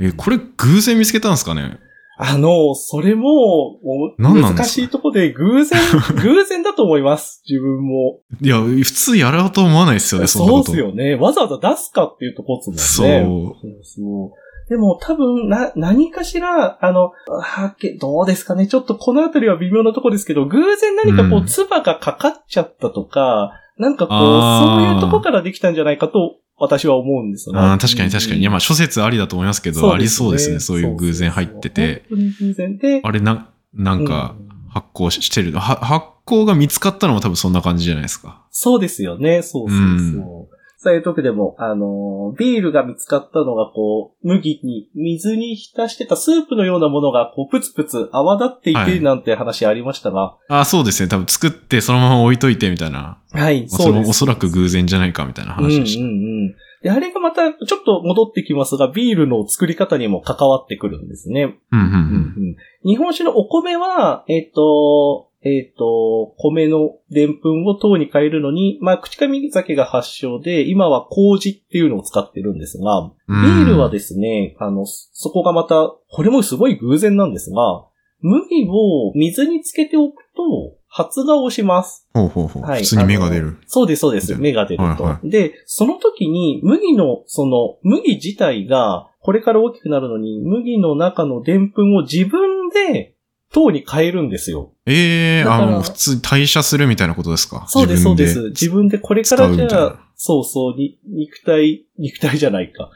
[SPEAKER 2] え、これ偶然見つけたんですかね
[SPEAKER 3] あの、それも、お
[SPEAKER 2] 何なん
[SPEAKER 3] 難
[SPEAKER 2] ですか
[SPEAKER 3] しいところで 偶然、偶然だと思います、自分も。
[SPEAKER 2] いや、普通やろうと思わないですよね、そんな
[SPEAKER 3] そ
[SPEAKER 2] こ
[SPEAKER 3] うっ
[SPEAKER 2] と。
[SPEAKER 3] すよね。わざわざ出すかっていうところですもんね。
[SPEAKER 2] そう。
[SPEAKER 3] そうそう。でも多分、な、何かしら、あの、発見、どうですかね。ちょっとこのあたりは微妙なとこですけど、偶然何かこ
[SPEAKER 2] う
[SPEAKER 3] う、
[SPEAKER 2] ん
[SPEAKER 3] 唾がかかっちゃったとか、なんかこう、そう
[SPEAKER 2] あー
[SPEAKER 3] いうとこからできたんじゃないかと、私は思うんですよね。
[SPEAKER 2] あー確かに確かに。いや、まあ、諸説ありだと思いますけど、ありそうですね。そういう偶然入ってて。。
[SPEAKER 3] そうそうそう本当に偶然で、
[SPEAKER 2] あれ、な、なんか
[SPEAKER 3] う、ん
[SPEAKER 2] 発行してる。は発行が見つかったのも多分そんな感じじゃないですか。
[SPEAKER 3] そうですよね。そうそうそう。そういう時でも、あのー、ビールが見つかったのが、こう、麦に、水に浸してたスープのようなものが、こう、プツプツ泡立ってい
[SPEAKER 2] は
[SPEAKER 3] て、
[SPEAKER 2] い
[SPEAKER 3] なんて話ありましたが、
[SPEAKER 2] あ、そうですね。多分作ってそのまま置いといてみたいな。
[SPEAKER 3] はい、
[SPEAKER 2] まあそ
[SPEAKER 3] そ
[SPEAKER 2] れ
[SPEAKER 3] うで
[SPEAKER 2] も
[SPEAKER 3] す。
[SPEAKER 2] おそらく偶然じゃないかみたいな話でした。
[SPEAKER 3] うんうんうん。で、あれがまた、ちょっと戻ってきますが、ビールの作り方にも関わってくるんですね。
[SPEAKER 2] うんうんう。
[SPEAKER 3] うんん日本酒のお米は、えっ、と、えっ、と、米の澱粉を糖に変えるのに、まあ、口上酒が発祥で、今は麹っていうのを使ってるんですが、ビールはですね、あの、そこがまた、これもすごい偶然なんですが、麦を水につけておくと、発芽をします。
[SPEAKER 2] ほうほうほう。
[SPEAKER 3] はい
[SPEAKER 2] 普通に目が出る。
[SPEAKER 3] そうです、そうです。
[SPEAKER 2] み
[SPEAKER 3] 芽が出ると。
[SPEAKER 2] はいは
[SPEAKER 3] で、その時に、麦の、その、麦自体が、これから大きくなるのに、麦の中の澱粉を自分で、糖に変えるんですよ。
[SPEAKER 2] ええ
[SPEAKER 3] だか
[SPEAKER 2] あ
[SPEAKER 3] ら
[SPEAKER 2] の、普通に代謝するみたいなことですか
[SPEAKER 3] そうです、そう
[SPEAKER 2] 自分
[SPEAKER 3] です。自分でこれか
[SPEAKER 2] 使
[SPEAKER 3] ら
[SPEAKER 2] う
[SPEAKER 3] じ
[SPEAKER 2] みたい
[SPEAKER 3] ゃあ
[SPEAKER 2] な、
[SPEAKER 3] そうそう、に肉体、肉体じゃないか。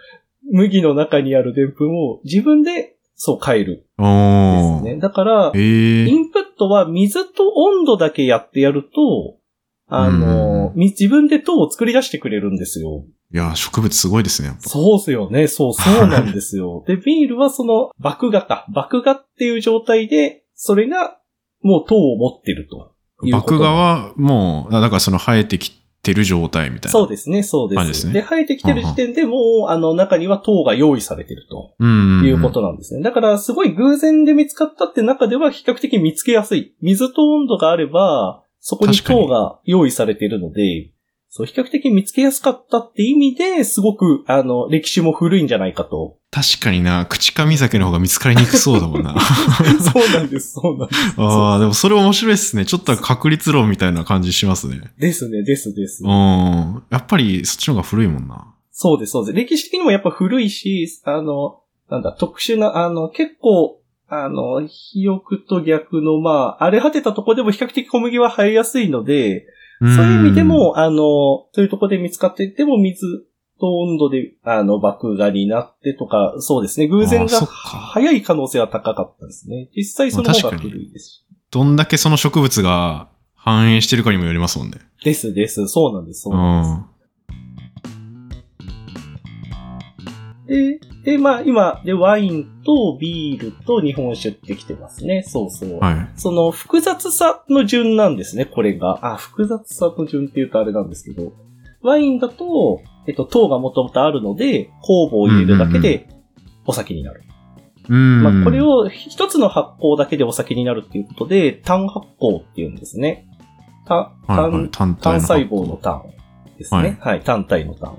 [SPEAKER 3] 麦の中にある澱粉を自分で、そう変えるんで
[SPEAKER 2] おー。
[SPEAKER 3] すね。だから、
[SPEAKER 2] ええ
[SPEAKER 3] インプットは水と温度だけやってやると、あの、
[SPEAKER 2] う
[SPEAKER 3] み自分で糖を作り出してくれるんですよ。
[SPEAKER 2] いや、植物すごいですね、やっぱ。
[SPEAKER 3] そうっすよね。そう、そうなんで すよ。で、ビールはその、麦芽か。麦芽っていう状態で、それが、もう糖を持ってるということ。
[SPEAKER 2] 麦芽はもう、あだからその生えてきてる状態みたいな。
[SPEAKER 3] そう
[SPEAKER 2] で
[SPEAKER 3] ですね、そうです。
[SPEAKER 2] 感
[SPEAKER 3] で
[SPEAKER 2] じですね
[SPEAKER 3] 生えてきてる時点でもう、あの、中には糖が用意されてると
[SPEAKER 2] す。うん。
[SPEAKER 3] いうことなんですね。だから、すごい偶然で見つかったって中では比較的見つけやすい。水と温度があれば、そこに
[SPEAKER 2] 確かに
[SPEAKER 3] 糖が用意されているので、そう、比較的見つけやすかったって意味で、すごく、あの、歴史も古いんじゃないか と。
[SPEAKER 2] 確かにな、口上酒の方が見つかりにくそうだもん な。
[SPEAKER 3] そうなんです、そうなんです。
[SPEAKER 2] ああ、でもそれ面白いですね。ちょっと確率論みたいな感じしますね。
[SPEAKER 3] ですね、ですです
[SPEAKER 2] うん。。やっぱりそっちの方が古いもんな。
[SPEAKER 3] そうです、そうです。歴史的にもやっぱ古いし、あの、なんだ、特殊な、あの、結構、あの、肥沃と逆の、まあ、荒れ果てたとこでも比較的小麦は生えやすいので、
[SPEAKER 2] ん
[SPEAKER 3] そういう意味で、も、あの、そういうとこで見つかっていても、水と温度で、あの、爆芽になってとか、そうですね、偶然
[SPEAKER 2] あ
[SPEAKER 3] が
[SPEAKER 2] そっか。
[SPEAKER 3] 早い可能性は高かったですね。実際その方
[SPEAKER 2] ま
[SPEAKER 3] が
[SPEAKER 2] あ確かに
[SPEAKER 3] 古いですし。
[SPEAKER 2] どんだけその植物が繁栄してるかにもよりますもんね。
[SPEAKER 3] ですです、そうなんです、そう
[SPEAKER 2] う
[SPEAKER 3] なんです。
[SPEAKER 2] ん。
[SPEAKER 3] で、で、まあ今、で、ワインとビールと日本酒ってきてますね。そうそう。
[SPEAKER 2] はい。
[SPEAKER 3] その複雑さの順なんですね、これが。あ、複雑さの順って言うとあれなんですけど。ワインだと、えっと、糖がもともとあるので、酵母を入れるだけでお酒になる。
[SPEAKER 2] うん。
[SPEAKER 3] まあ、これを一つの発酵だけでお酒になるっていうことで、単発酵っていうんですね。た
[SPEAKER 2] はい、
[SPEAKER 3] 単
[SPEAKER 2] はい、単体
[SPEAKER 3] 単
[SPEAKER 2] の
[SPEAKER 3] 細胞の単ですね。はい、単体の単。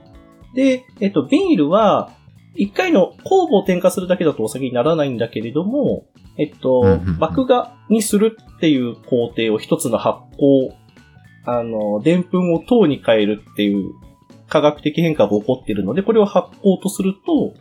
[SPEAKER 3] で、えっと、ビールは、一回の酵母を添加するだけだとお酒にならないんだけれども、えっと、
[SPEAKER 2] うんうんうん
[SPEAKER 3] 麦芽にするっていう工程を一つの発酵、あの、澱粉を糖に変えるっていう科学的変化が起こっているので、これを発酵とすると、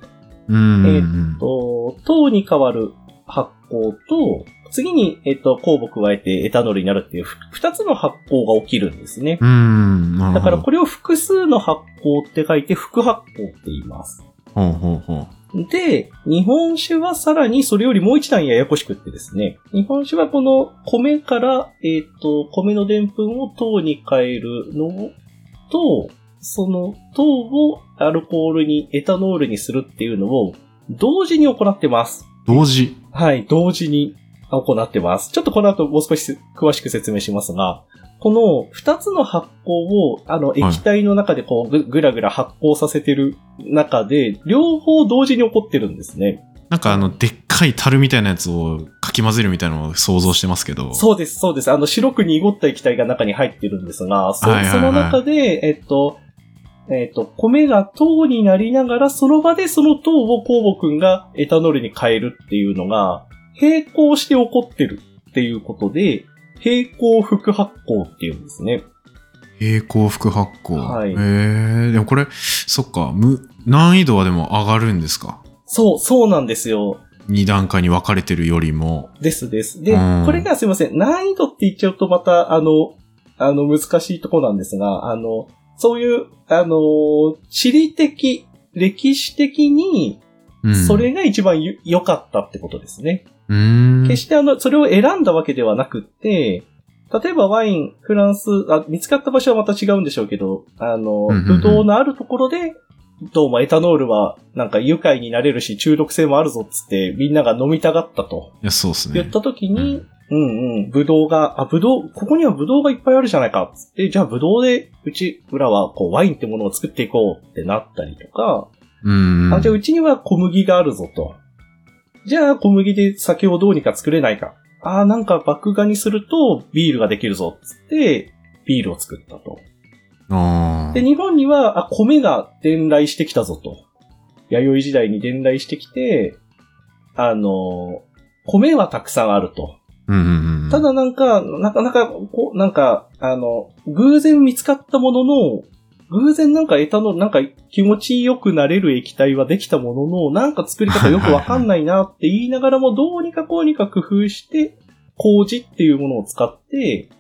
[SPEAKER 2] うんうんうん。
[SPEAKER 3] と糖に変わる発酵と、次に、えっと、酵母を加えてエタノールになるっていうふ二つの発酵が起きるんですね。
[SPEAKER 2] うん。なるほど
[SPEAKER 3] だからこれを複数の発酵って書いて、複発酵って言います。
[SPEAKER 2] ほうほうほう。
[SPEAKER 3] で、日本酒はさらにそれよりもう一段ややこしくってですね、日本酒はこの米から、えっ、と、米の澱粉を糖に変えるのと、その糖をアルコールに、エタノールにするっていうのを同時に行ってます。
[SPEAKER 2] 同時。
[SPEAKER 3] はい、同時に行ってます。ちょっとこの後もう少し詳しく説明しますが、この二つの発酵を、あの、
[SPEAKER 2] い
[SPEAKER 3] 液体の中でこう、ぐぐらぐら発酵させてる中で、両方同時に起こってるんですね。
[SPEAKER 2] なんかあの、でっかい樽みたいなやつをかき混ぜるみたいなのを想像してますけど。
[SPEAKER 3] そうです、そうです。あの、白く濁った液体が中に入ってるんですが、そ
[SPEAKER 2] はいはいはい
[SPEAKER 3] その中で、えっと、えっと、米が糖になりながら、その場でその糖を酵母くんがエタノールに変えるっていうのが、並行して起こってるっていうことで、並行副発酵っていうんですね。
[SPEAKER 2] 平行副発酵。
[SPEAKER 3] はい
[SPEAKER 2] へえ。でもこれ、そっか、む、難易度はでも上がるんですか
[SPEAKER 3] そう、そうなんですよ。
[SPEAKER 2] 二段階に分かれてるよりも。
[SPEAKER 3] ですです。で
[SPEAKER 2] うん、
[SPEAKER 3] これがすいません、難易度って言っちゃうとまた、あの、あの、難しいとこなんですが、あの、そういう、あの、地理的、歴史的に、
[SPEAKER 2] うん。
[SPEAKER 3] それが一番よ良かったってことですね。
[SPEAKER 2] うーん。
[SPEAKER 3] 決してあの、それを選んだわけではなくって、例えばワイン、フランス、あ見つかった場所はまた違うんでしょうけど、あ
[SPEAKER 2] う
[SPEAKER 3] の
[SPEAKER 2] んうんうん、
[SPEAKER 3] ブドウのあるところで、どうもエタノールはなんか愉快になれるし中毒性もあるぞっつってみんなが飲みたがったと。
[SPEAKER 2] いや、そうです
[SPEAKER 3] 言っ
[SPEAKER 2] ね。
[SPEAKER 3] た時に、うんうん、ぶどうが、あ、ぶどう、ここにはぶどうがいっぱいあるじゃないかっつって、じゃあぶどうで、うち、裏は、こう、ワインってものを作っていこうってなったりとか、
[SPEAKER 2] うん。
[SPEAKER 3] あ、じゃあうちには小麦があるぞと。じゃあ小麦で酒をどうにか作れないか。あー、なんか麦芽にするとビールができるぞっつって、ビールを作ったと。
[SPEAKER 2] あ
[SPEAKER 3] で、
[SPEAKER 2] ー
[SPEAKER 3] 日本には、あ、米が伝来してきたぞと。弥生時代に伝来してきて、あの、米はたくさんあると。
[SPEAKER 2] うんうんうん。
[SPEAKER 3] た、だなんか、なかなか、こう、なんか、あの、偶然見つかったものの、偶然なんかエタノール、なんか気持ちよくなれる液体はできたものの、なんか作り方よくわかんないなって言いながらも、どうにかこうにか工夫して、麹っていうものを使って、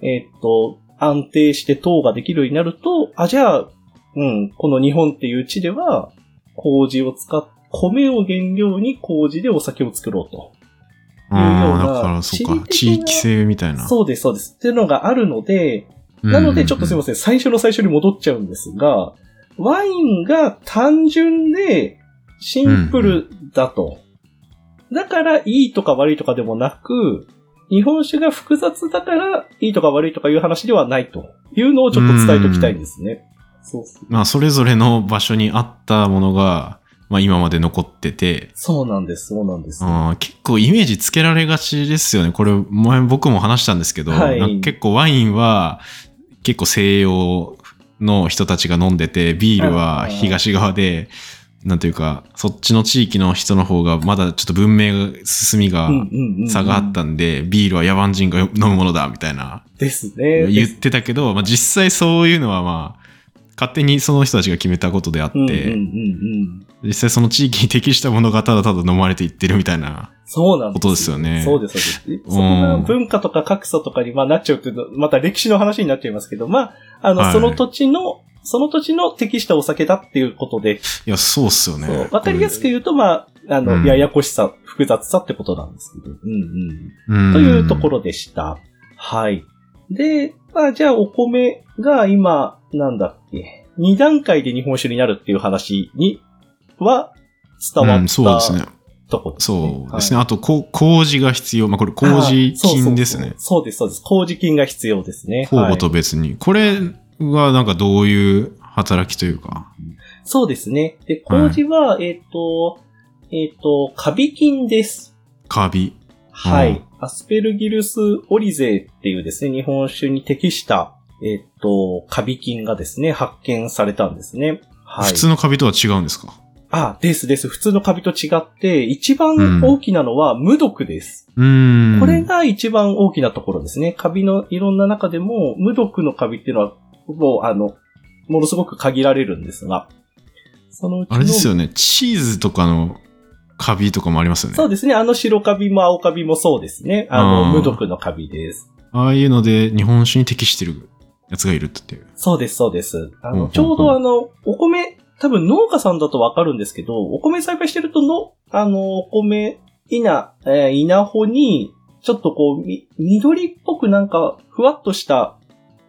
[SPEAKER 3] えっと、安定して糖ができるようになると、あ、じゃあ、うん、この日本っていう地では、麹を使っ、米を原料に麹でお酒を作ろうと。
[SPEAKER 2] あ
[SPEAKER 3] いうよう
[SPEAKER 2] ー
[SPEAKER 3] な
[SPEAKER 2] だから、そっか、
[SPEAKER 3] 地
[SPEAKER 2] 地
[SPEAKER 3] 理的な
[SPEAKER 2] 域性みたいな。
[SPEAKER 3] そうです、そうです。っていうのがあるので、
[SPEAKER 2] うんうん
[SPEAKER 3] な
[SPEAKER 2] うん
[SPEAKER 3] のでちょっとすいません、最初の最初に戻っちゃうんですが、ワインが単純でシンプルだと。だからいいとか悪いとかでもなく、日本酒が複雑だからいいとか悪いとかいう話ではないというのをちょっと伝えておきたいんですね。そうそう
[SPEAKER 2] まあ、それぞれの場所にあったものが、まあ、今まで残ってて、
[SPEAKER 3] そうなんです、そうなんです。
[SPEAKER 2] あー結構イメージつけられがちですよね。これ、前僕も話したんですけど、
[SPEAKER 3] はい。
[SPEAKER 2] なんか結構ワインは、結構西洋の人たちが飲んでて、ビールは東側で、なんというか、そっちの地域の人の方が、まだちょっと文明が進みが、差があったたんで、ビールは野蛮人が飲むものだ、みたいな、
[SPEAKER 3] ですね。
[SPEAKER 2] 言ってたけど、まあ、実際そういうのはまあ、勝手にその人たちが決めたことであって、
[SPEAKER 3] うんうんうんうん。
[SPEAKER 2] 実際その地域に適したものがただただ飲まれていってるみたいな
[SPEAKER 3] そうなん
[SPEAKER 2] ことですよね。
[SPEAKER 3] そうです、そうです。そんな文化とか格差とかにまあなっちゃうっていうのは、また歴史の話になっちゃいますけど、まあ、あの、
[SPEAKER 2] はい
[SPEAKER 3] その土地の、その土地の適したお酒だっていうことで、
[SPEAKER 2] いや、そうっすよ
[SPEAKER 3] そ
[SPEAKER 2] ね
[SPEAKER 3] う。わかりやすく言うと、まあ、あの、
[SPEAKER 2] うん
[SPEAKER 3] ややこしさ、複雑さってことなんですけど。うん
[SPEAKER 2] うん
[SPEAKER 3] うん。というところでした。はい。で、まあ、じゃあお米が今、なんだっけ、2段階で日本酒になるっていう話には伝わ
[SPEAKER 2] う
[SPEAKER 3] っ
[SPEAKER 2] ん、そうです
[SPEAKER 3] た
[SPEAKER 2] ね。
[SPEAKER 3] とこですね。
[SPEAKER 2] そうですね。
[SPEAKER 3] はい。
[SPEAKER 2] あと、こ麹が必要。まあ、これ、麹菌です
[SPEAKER 3] あ
[SPEAKER 2] ね。
[SPEAKER 3] そうそうそうそうです、そうです。麹菌が必要ですね。
[SPEAKER 2] 酵
[SPEAKER 3] は
[SPEAKER 2] 母
[SPEAKER 3] い
[SPEAKER 2] と別に。これは、なんかどういう働きというか。
[SPEAKER 3] そうですね。で、
[SPEAKER 2] はい
[SPEAKER 3] 麹は、えっ、と、えっ、と、カビ菌です。
[SPEAKER 2] カビ。
[SPEAKER 3] は
[SPEAKER 2] う
[SPEAKER 3] い
[SPEAKER 2] ん。
[SPEAKER 3] アスペルギルスオリゼっていうですね、日本酒に適した、えっと、カビ菌がですね、発見されたんですね。はい。
[SPEAKER 2] 普通のカビとは違うんですか
[SPEAKER 3] あ、ですです。普通のカビと違って、一
[SPEAKER 2] うん
[SPEAKER 3] 番大きなのは無毒です。
[SPEAKER 2] うーん。
[SPEAKER 3] これが一番大きなところですね。カビのいろんな中でも、無毒のカビっていうのは、もう、あの、ものすごく限られるんですが、そのうちの
[SPEAKER 2] あれですよね。チーズとかのカビとかもありますよね
[SPEAKER 3] そ。うですね。あの白カビも青カビもそうですね。あの、
[SPEAKER 2] うん
[SPEAKER 3] 無毒のカビです。
[SPEAKER 2] ああいうので、日本酒に適してるやつがいるっていう。
[SPEAKER 3] そうです、そうです。あ
[SPEAKER 2] うんうんう
[SPEAKER 3] の、
[SPEAKER 2] ん
[SPEAKER 3] ちょうどあの、お米、多分農家さんだとわかるんですけど、お米栽培してるとの、あの、お米、稲、えー稲穂に、ちょっとこう、み、緑っぽくなんか、ふわっとした、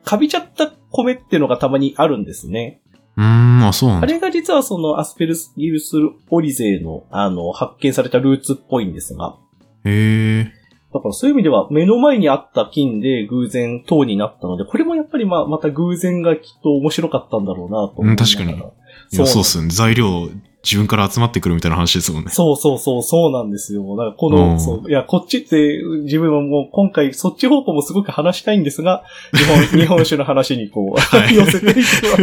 [SPEAKER 3] かびちゃった米っていうのがたまにあるんですね。
[SPEAKER 2] うーん、あ、そうなん
[SPEAKER 3] あ
[SPEAKER 2] だ。
[SPEAKER 3] れが実はそのアスペルギルスオリゼの、あの、発見されたルーツっぽいんですが。
[SPEAKER 2] へえ。
[SPEAKER 3] だからそういう意味では目の前にあった金で偶然糖になったので、これもやっぱりまあまた偶然がきっと面白かったんだろうなと思いながら。
[SPEAKER 2] うん確かにいや、そうっすよね。材料、自分から集まってくるみたいな話です もんね。
[SPEAKER 3] そうそうそう、そうなんですよ。だからこ
[SPEAKER 2] うん
[SPEAKER 3] の、そう、いや、こっちって、自分はもう今回そっち方向もすごく話したいんですが、日本、 日本酒の話にこう、
[SPEAKER 2] はい
[SPEAKER 3] 寄せていくわけ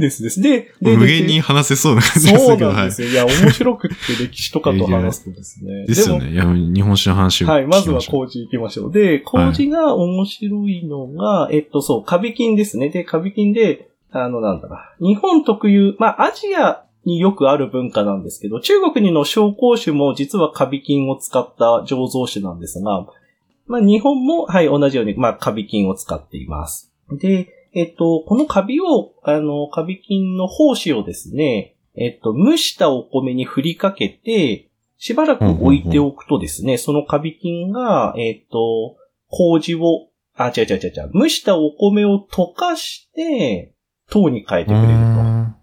[SPEAKER 3] ですです。で、で、
[SPEAKER 2] 無限に
[SPEAKER 3] で
[SPEAKER 2] 話せそうな感じがす
[SPEAKER 3] そ
[SPEAKER 2] る
[SPEAKER 3] う
[SPEAKER 2] けど、
[SPEAKER 3] なん
[SPEAKER 2] はい
[SPEAKER 3] で。すよ。いや、面白くって歴史とかと話すとですね。
[SPEAKER 2] ですよ
[SPEAKER 3] も
[SPEAKER 2] ね。いや、日本酒の話を聞きしょう。
[SPEAKER 3] はい、まずは麹行きましょう。で、麹が面白いのが、えっと、そう、カビ菌ですね。で、カビ菌で、あの、なんだな。日本特有、まあ、アジアによくある文化なんですけど、中国の紹興酒も実はカビ菌を使った醸造酒なんですが、まあ、日本も、はい、同じように、まあ、カビ菌を使っています。で、えっと、このカビを、あの、カビ菌の胞子をですね、えっと、蒸したお米に振りかけて、しばらく置いておくとですね、そのカビ菌が、えっと、麹を、あ、違う違う違う違う、蒸したお米を溶かして、糖に変えてくれる
[SPEAKER 2] う
[SPEAKER 3] と
[SPEAKER 2] ーん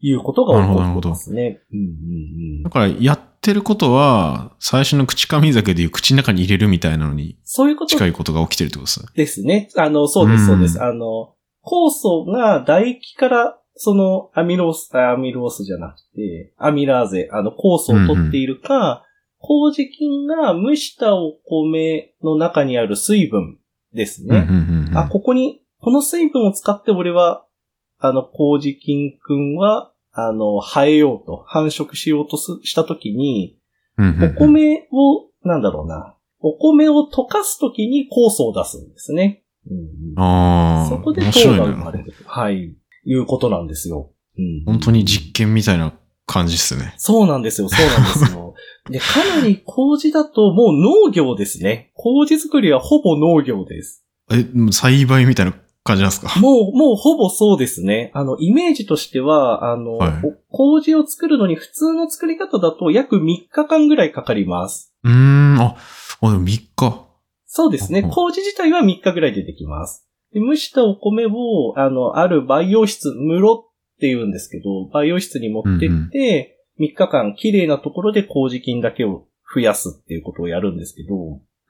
[SPEAKER 3] いうことが起こ
[SPEAKER 2] なる
[SPEAKER 3] る
[SPEAKER 2] ほ
[SPEAKER 3] ん
[SPEAKER 2] ど
[SPEAKER 3] ですね。うんうんう
[SPEAKER 2] だ
[SPEAKER 3] ん、
[SPEAKER 2] から、やってることは、最初の口上酒でいう口の中に入れるみたいなのに
[SPEAKER 3] そういうこと
[SPEAKER 2] 近いことが起きてるってことですね。
[SPEAKER 3] ですね。あの、そうで
[SPEAKER 2] うん
[SPEAKER 3] す、そうです。あの、酵素が唾液から、その、アミロース、あアミロースじゃなくて、アミラーゼ、あの、酵素を取っているか、麹菌が蒸したお米の中にある水分です
[SPEAKER 2] うんう
[SPEAKER 3] ね。
[SPEAKER 2] んうんうん
[SPEAKER 3] あ、ここに、この水分を使って俺は、あの、麹菌くんは、あの、生えようと、繁殖しようとすしたときに、
[SPEAKER 2] うんうんう
[SPEAKER 3] お
[SPEAKER 2] ん
[SPEAKER 3] 米を、なんだろうな。お米を溶かすときに酵素を出すんですね。うん
[SPEAKER 2] ああ、
[SPEAKER 3] そこで
[SPEAKER 2] 面
[SPEAKER 3] 糖
[SPEAKER 2] 白い
[SPEAKER 3] が生ま
[SPEAKER 2] な
[SPEAKER 3] れ。ると。はい。いうことなんですよ。うん
[SPEAKER 2] 本当に実験みたいな感じっすね。
[SPEAKER 3] そうなんですよ、そうなんです よ。で、かなり麹だともう農業ですね。麹作りはほぼ農業です。
[SPEAKER 2] え、もう栽培みたいな感じなんですか
[SPEAKER 3] もう、もうほぼそうですね。あの、イメージとしては、あの、
[SPEAKER 2] はい
[SPEAKER 3] お麹を作るのに普通の作り方だと約3日間ぐらいかかります。
[SPEAKER 2] うーん、あ、あ、でも3日。
[SPEAKER 3] そうですね。
[SPEAKER 2] うんうん
[SPEAKER 3] 麹自体は3日ぐらいでできます。で蒸したお米を、あの、ある培養室、室って言うんですけど、培養室に持ってって、3日間綺麗なところで麹菌だけを増やすっていうことをやるんですけど、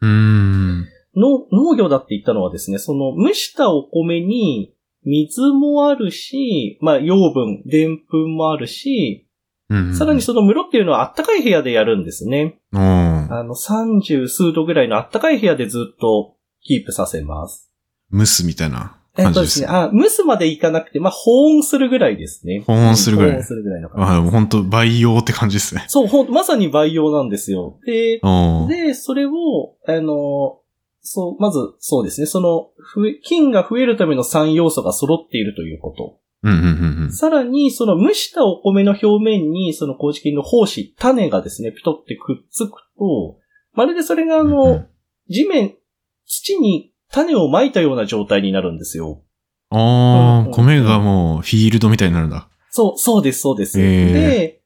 [SPEAKER 2] うーん。
[SPEAKER 3] の農業だって言ったのはですね、その蒸したお米に水もあるし、まあ養分、でんぷんもあるし、
[SPEAKER 2] うん
[SPEAKER 3] さらにその室っていうのはあったかい部屋でやるんですね。
[SPEAKER 2] うん、うん
[SPEAKER 3] あの、30数度ぐらいのあったかい部屋でずっとキープさせます。
[SPEAKER 2] 蒸すみたいな
[SPEAKER 3] えっ
[SPEAKER 2] 感じ
[SPEAKER 3] と
[SPEAKER 2] で
[SPEAKER 3] です
[SPEAKER 2] す
[SPEAKER 3] ね、
[SPEAKER 2] ね。
[SPEAKER 3] あ、蒸すまでいかなくて、まあ、保温するぐらいですね。
[SPEAKER 2] 保温するぐらい
[SPEAKER 3] 保温するぐらいの感じ
[SPEAKER 2] あ、もう本当培養って感じですね。
[SPEAKER 3] そう、ほん、まさに培養なんですよ。で、
[SPEAKER 2] うん。
[SPEAKER 3] で、それを、あの、そう、まず、そうですね。その、増え菌が増えるための3要素が揃っているということ。
[SPEAKER 2] うんうんうん
[SPEAKER 3] さらに、その蒸したお米の表面に、その麹菌の胞子、種がですね、ピトってくっつくと、まるでそれがあ
[SPEAKER 2] うん。
[SPEAKER 3] の、地面、土に種をまいたような状態になるんですよ。
[SPEAKER 2] あ
[SPEAKER 3] うん
[SPEAKER 2] あ、米がもうフィールドみたいになるんだ。
[SPEAKER 3] そう、そうです、そうです。
[SPEAKER 2] へー
[SPEAKER 3] で、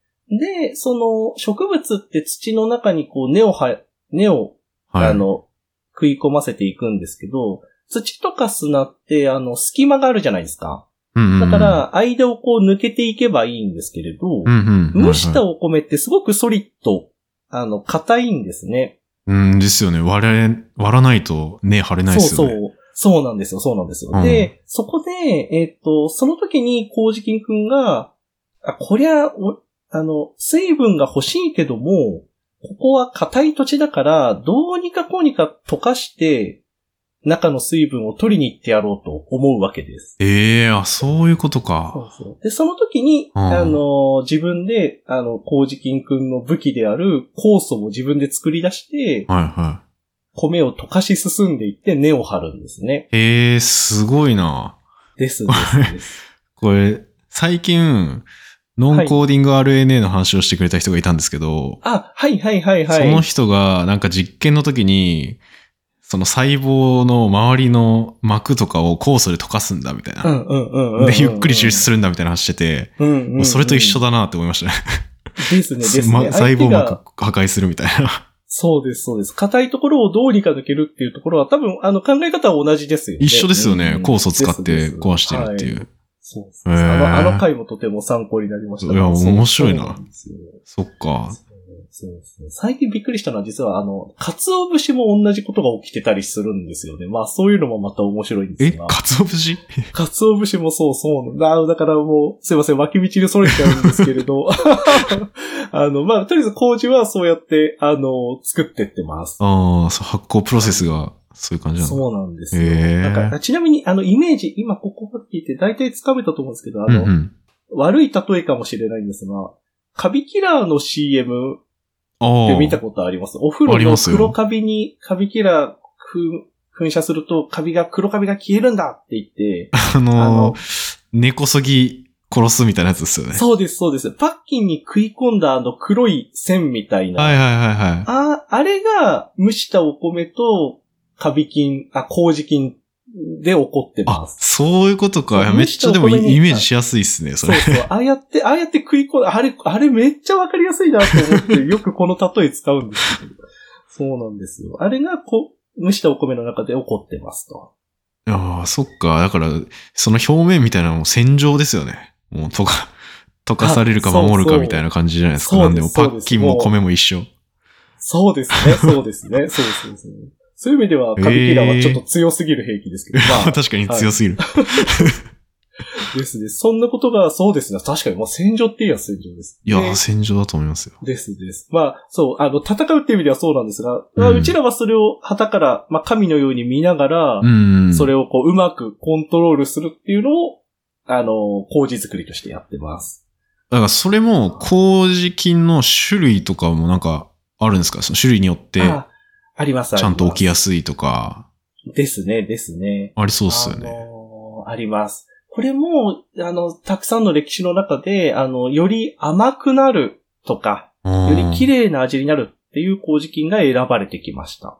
[SPEAKER 3] で、その、植物って土の中にこう根をは、根を、
[SPEAKER 2] はい。
[SPEAKER 3] あの、食い込ませていくんですけど、土とか砂って、あの、隙間があるじゃないですか。
[SPEAKER 2] うんうんうん、
[SPEAKER 3] だから、間をこう抜けていけばいいんですけれど、
[SPEAKER 2] うんうん、
[SPEAKER 3] 蒸した
[SPEAKER 2] はい
[SPEAKER 3] お米ってすごくソリッド、あの、硬いんですね。
[SPEAKER 2] はいうん、ですよね。割れ、割らないと根張れないです
[SPEAKER 3] そ
[SPEAKER 2] よ
[SPEAKER 3] う
[SPEAKER 2] ね。
[SPEAKER 3] そう。そうなんですよ、そうなんですよ。
[SPEAKER 2] うん
[SPEAKER 3] で、そこで、えっ、と、その時に、麹菌くんが、あ、こりゃ、おあの、水分が欲しいけども、ここは硬い土地だから、どうにかこうにか溶かして、中の水分を取りに行ってやろうと思うわけです。
[SPEAKER 2] ええあ、そういうことか。
[SPEAKER 3] で、その時に、
[SPEAKER 2] うん
[SPEAKER 3] あの、自分で、あの、麹菌くんの武器である酵素を自分で作り出して、
[SPEAKER 2] はいは
[SPEAKER 3] 米を溶かし進んでいって根を張るんですね。
[SPEAKER 2] い。ええすごいな。
[SPEAKER 3] です、です、 です。
[SPEAKER 2] これ、最近、ノンコーディング RNA の話をしてくれた人がいたんですけど、
[SPEAKER 3] あ、はいはいはいはい。
[SPEAKER 2] その人がなんか実験の時に、その細胞の周りの膜とかを酵素で溶かすんだみたいな。
[SPEAKER 3] うんうんうんうんうん。
[SPEAKER 2] で、ゆっくり抽出するんだみたいな話してて、
[SPEAKER 3] る。うんうん、
[SPEAKER 2] もうそれと一緒だ
[SPEAKER 3] だ。
[SPEAKER 2] なって思いましたね。
[SPEAKER 3] ですね、ですね。
[SPEAKER 2] ま 細
[SPEAKER 3] 相手
[SPEAKER 2] 胞
[SPEAKER 3] が
[SPEAKER 2] 膜破壊するみたいな。
[SPEAKER 3] そうです、そうです。硬いところをどうにか抜けるっていうところは多分、あの、考え方は同じ ですよね。
[SPEAKER 2] 一緒ですよ
[SPEAKER 3] うん
[SPEAKER 2] ね
[SPEAKER 3] う。ん
[SPEAKER 2] 酵素使って壊してるって。
[SPEAKER 3] ですですはいいうそうですね
[SPEAKER 2] へー
[SPEAKER 3] あの。あの回もとても参考になりましたね。
[SPEAKER 2] いや面白いな
[SPEAKER 3] そうなんですよ
[SPEAKER 2] そっか。
[SPEAKER 3] そうですね。最近びっくりしたのは実はあの、鰹節も同じことが起きてたりするんですよね。まあそういうのもまた面白いんで
[SPEAKER 2] え、
[SPEAKER 3] すが。
[SPEAKER 2] かつお節
[SPEAKER 3] 鰹節もそうそうな。あだからもう、すいません、脇道でそれちゃうんですけれ ど。あの、まあ、とりあえず麹はそうやって、あの、作ってってます。
[SPEAKER 2] ああ、そう発酵プロセスがそういう感じなの
[SPEAKER 3] そうなんですよ。
[SPEAKER 2] へー
[SPEAKER 3] なんかちなみに、あの、イメージ、今ここが聞いて大体つかめたと思うんですけど、あ
[SPEAKER 2] うん
[SPEAKER 3] の、
[SPEAKER 2] うん。
[SPEAKER 3] 悪い例えかもしれないんですが、カビキラーの CM
[SPEAKER 2] あ
[SPEAKER 3] で見た
[SPEAKER 2] あ。
[SPEAKER 3] ことあります。お風呂
[SPEAKER 2] あり
[SPEAKER 3] の
[SPEAKER 2] ますよ
[SPEAKER 3] 黒カビにカビキラー噴噴射すると、カビが、黒カビが消えるんだって言って、
[SPEAKER 2] あ
[SPEAKER 3] あ
[SPEAKER 2] の
[SPEAKER 3] の
[SPEAKER 2] ー、根こそぎ殺すみたいなやつですよね。
[SPEAKER 3] そうです、そうです。パッキンに食い込んだあの黒い線みたいな。
[SPEAKER 2] はいはいはいはい。
[SPEAKER 3] あ、あれが蒸したお米とカビ菌、あ、麹菌で起こって
[SPEAKER 2] あ
[SPEAKER 3] ま、す。
[SPEAKER 2] そういうこと
[SPEAKER 3] そう
[SPEAKER 2] か。めっちゃでも
[SPEAKER 3] むしろこれね
[SPEAKER 2] イイメージしやすいですね、そ
[SPEAKER 3] そう
[SPEAKER 2] れ。
[SPEAKER 3] そう。ああやって、ああやって食い込んだ、あれ、あれめっちゃわかりやすいなと 思って、よくこの例え使うんですけど。そうなんですよ。あれがこ蒸したお米の中で起こってますと。
[SPEAKER 2] ああ、そっか。だから、その表面みたいなのも戦場ですよね。もう溶か、 溶かされるか
[SPEAKER 3] あそう
[SPEAKER 2] 守るかみたいな感じじゃないですか。
[SPEAKER 3] そう
[SPEAKER 2] なんでも
[SPEAKER 3] そ
[SPEAKER 2] パ
[SPEAKER 3] うです
[SPEAKER 2] ッキンも米も一緒。
[SPEAKER 3] そうですね、そうですね、そうですそうですね。そういう意味では、カビキラーはちょっと強すぎる兵器で すけど、まあ、
[SPEAKER 2] 確かに強すぎる。
[SPEAKER 3] ですね。そんなことが、そうですね。確かに、まあ、戦場っていいや、戦場です。
[SPEAKER 2] いやー、
[SPEAKER 3] で
[SPEAKER 2] 戦場だと思いますよ。
[SPEAKER 3] ですです。まあ、そう、あの、戦うっていう意味ではそうなんですが、まあ
[SPEAKER 2] うん
[SPEAKER 3] うちらはそれを旗から、まあ、神のように見ながら、
[SPEAKER 2] うん。
[SPEAKER 3] それをこう、うまくコントロールするっていうのを、あの、麹作りとしてやってます。
[SPEAKER 2] だから、それも、麹菌の種類とかもなんか、あるんですかその種類によって、
[SPEAKER 3] あ、あります、
[SPEAKER 2] ちゃんと起き
[SPEAKER 3] や
[SPEAKER 2] やすいとか、
[SPEAKER 3] ですね、ですね。
[SPEAKER 2] ありそうっすよ
[SPEAKER 3] あ
[SPEAKER 2] ね。
[SPEAKER 3] のーあります。これも、あの、たくさんの歴史の中で、あの、より甘くなるとか、より綺
[SPEAKER 2] 麗。
[SPEAKER 3] 麗な味になるっていう麹菌が選ばれてきました。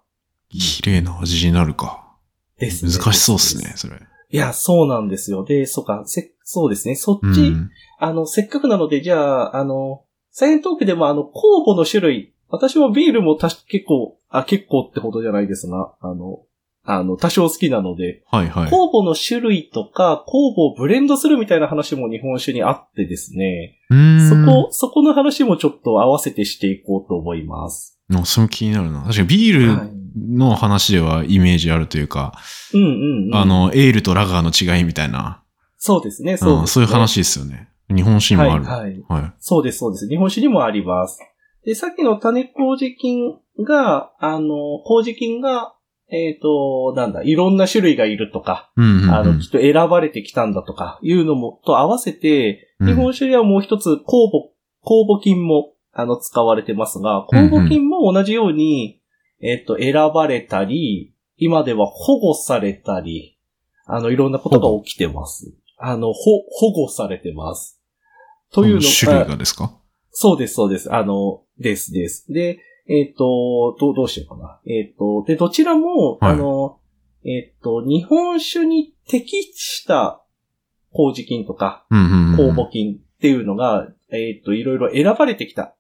[SPEAKER 2] 綺麗な味になるか。
[SPEAKER 3] です、ね。
[SPEAKER 2] 難しそうっすね、。それ。
[SPEAKER 3] いや、そうなんですよ。で、そうか、せ、そうですね。そっち、
[SPEAKER 2] うん。
[SPEAKER 3] あの、せっかくなので、じゃあ、あの、サイエントークでもあの、酵母の種類、私はビールもたし結構、あ、結構ってほどじゃないですが、あの、あの、多少好きなので、
[SPEAKER 2] はいはい。
[SPEAKER 3] 酵母の種類とか、酵母をブレンドするみたいな話も日本酒にあってですね、
[SPEAKER 2] うーん
[SPEAKER 3] そこ、そこの話もちょっと合わせてしていこうと思います。
[SPEAKER 2] あそれも気になるな。確かにビー
[SPEAKER 3] は
[SPEAKER 2] ル
[SPEAKER 3] い
[SPEAKER 2] の話ではイメージあるというか、
[SPEAKER 3] うんうん、うん。
[SPEAKER 2] あ、の、エールとラガーの違いみたいな、
[SPEAKER 3] そうですね、
[SPEAKER 2] う
[SPEAKER 3] そうですね、
[SPEAKER 2] んそういう話ですよね。日本酒にもある。
[SPEAKER 3] はい、
[SPEAKER 2] はい、
[SPEAKER 3] はい。そうです、そうです。日本酒にもあります。で、さっきの種麹菌が、あの、麹菌が、えっ、と、なんだ、いろんな種類がいるとか、
[SPEAKER 2] うんうんうん
[SPEAKER 3] あの、きっと選ばれてきたんだとか、いうのも、と合わせて、
[SPEAKER 2] うん
[SPEAKER 3] 日本酒ではもう一つ、酵母、酵母菌も、あの、使われてますが、
[SPEAKER 2] うんうん
[SPEAKER 3] 酵母菌も同じように、えっ、と、選ばれたり、今では保護されたり、あの、いろんなことが起きてます。あの、ほ、保護されてます。というの
[SPEAKER 2] この種類がですか
[SPEAKER 3] そうです、そうです。あの、です、です。で、えっ、と、どう、どうしようかな。えっ、と、で、どちらも、
[SPEAKER 2] はい
[SPEAKER 3] あの、えっ、と、日本酒に適した麹菌とか、
[SPEAKER 2] うんうんうん。
[SPEAKER 3] 酵母菌っていうのが、えっ、と、いろいろ選ばれてきた。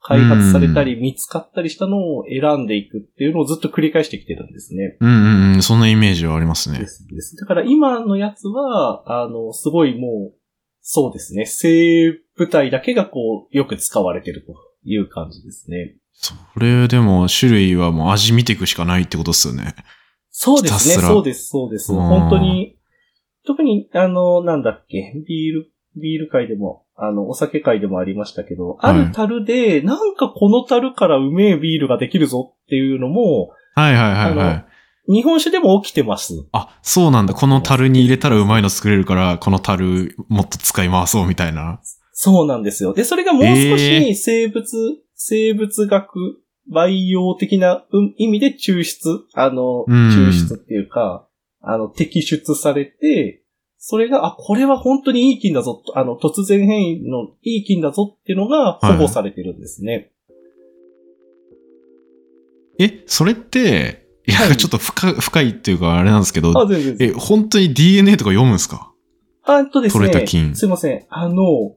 [SPEAKER 3] 開発されたり、見つかったりしたのを選んでいくっていうのをずっと繰り返してきてるんですね。
[SPEAKER 2] うんうんうん。そんなイメージはありますね
[SPEAKER 3] で。す、です。だから今のやつは、あの、すごいもう、そうですね。生部体だけがこう、よく使われてるという感じですね。
[SPEAKER 2] それでも種類はもう味見ていくしかないってことですよね。
[SPEAKER 3] そうですね。
[SPEAKER 2] ひたすら
[SPEAKER 3] そうです、そうです。
[SPEAKER 2] うん
[SPEAKER 3] 本当に、特に、あの、なんだっけ、ビール、ビール界でも、あの、お酒界でもありましたけど、あ
[SPEAKER 2] はい
[SPEAKER 3] る樽で、なんかこの樽からうめえビールができるぞっていうのも、
[SPEAKER 2] はいはいはいは
[SPEAKER 3] あ
[SPEAKER 2] い。
[SPEAKER 3] 日本酒でも起きてます。
[SPEAKER 2] あ、そうなんだ。この樽に入れたらうまいの作れるから、この樽もっと使い回そうみたいな。
[SPEAKER 3] そうなんですよ。で、それがもう少
[SPEAKER 2] え
[SPEAKER 3] し生物、生物学、培養的なうん意味で抽出、あの、
[SPEAKER 2] うん
[SPEAKER 3] 抽出っていうか、あの、摘出されて、それが、あ、これは本当にいい菌だぞ、とあの、突然変異のいい菌だぞっていうのが保護されてるんですね。
[SPEAKER 2] え、それって、いや、
[SPEAKER 3] はい
[SPEAKER 2] ちょっと深深いっていうか、あれなんですけど、
[SPEAKER 3] あ、全然全
[SPEAKER 2] え、
[SPEAKER 3] 然。
[SPEAKER 2] 本当に DNA とか読むんですか
[SPEAKER 3] あ、えっとですね。
[SPEAKER 2] 取れた菌
[SPEAKER 3] すいません。あの、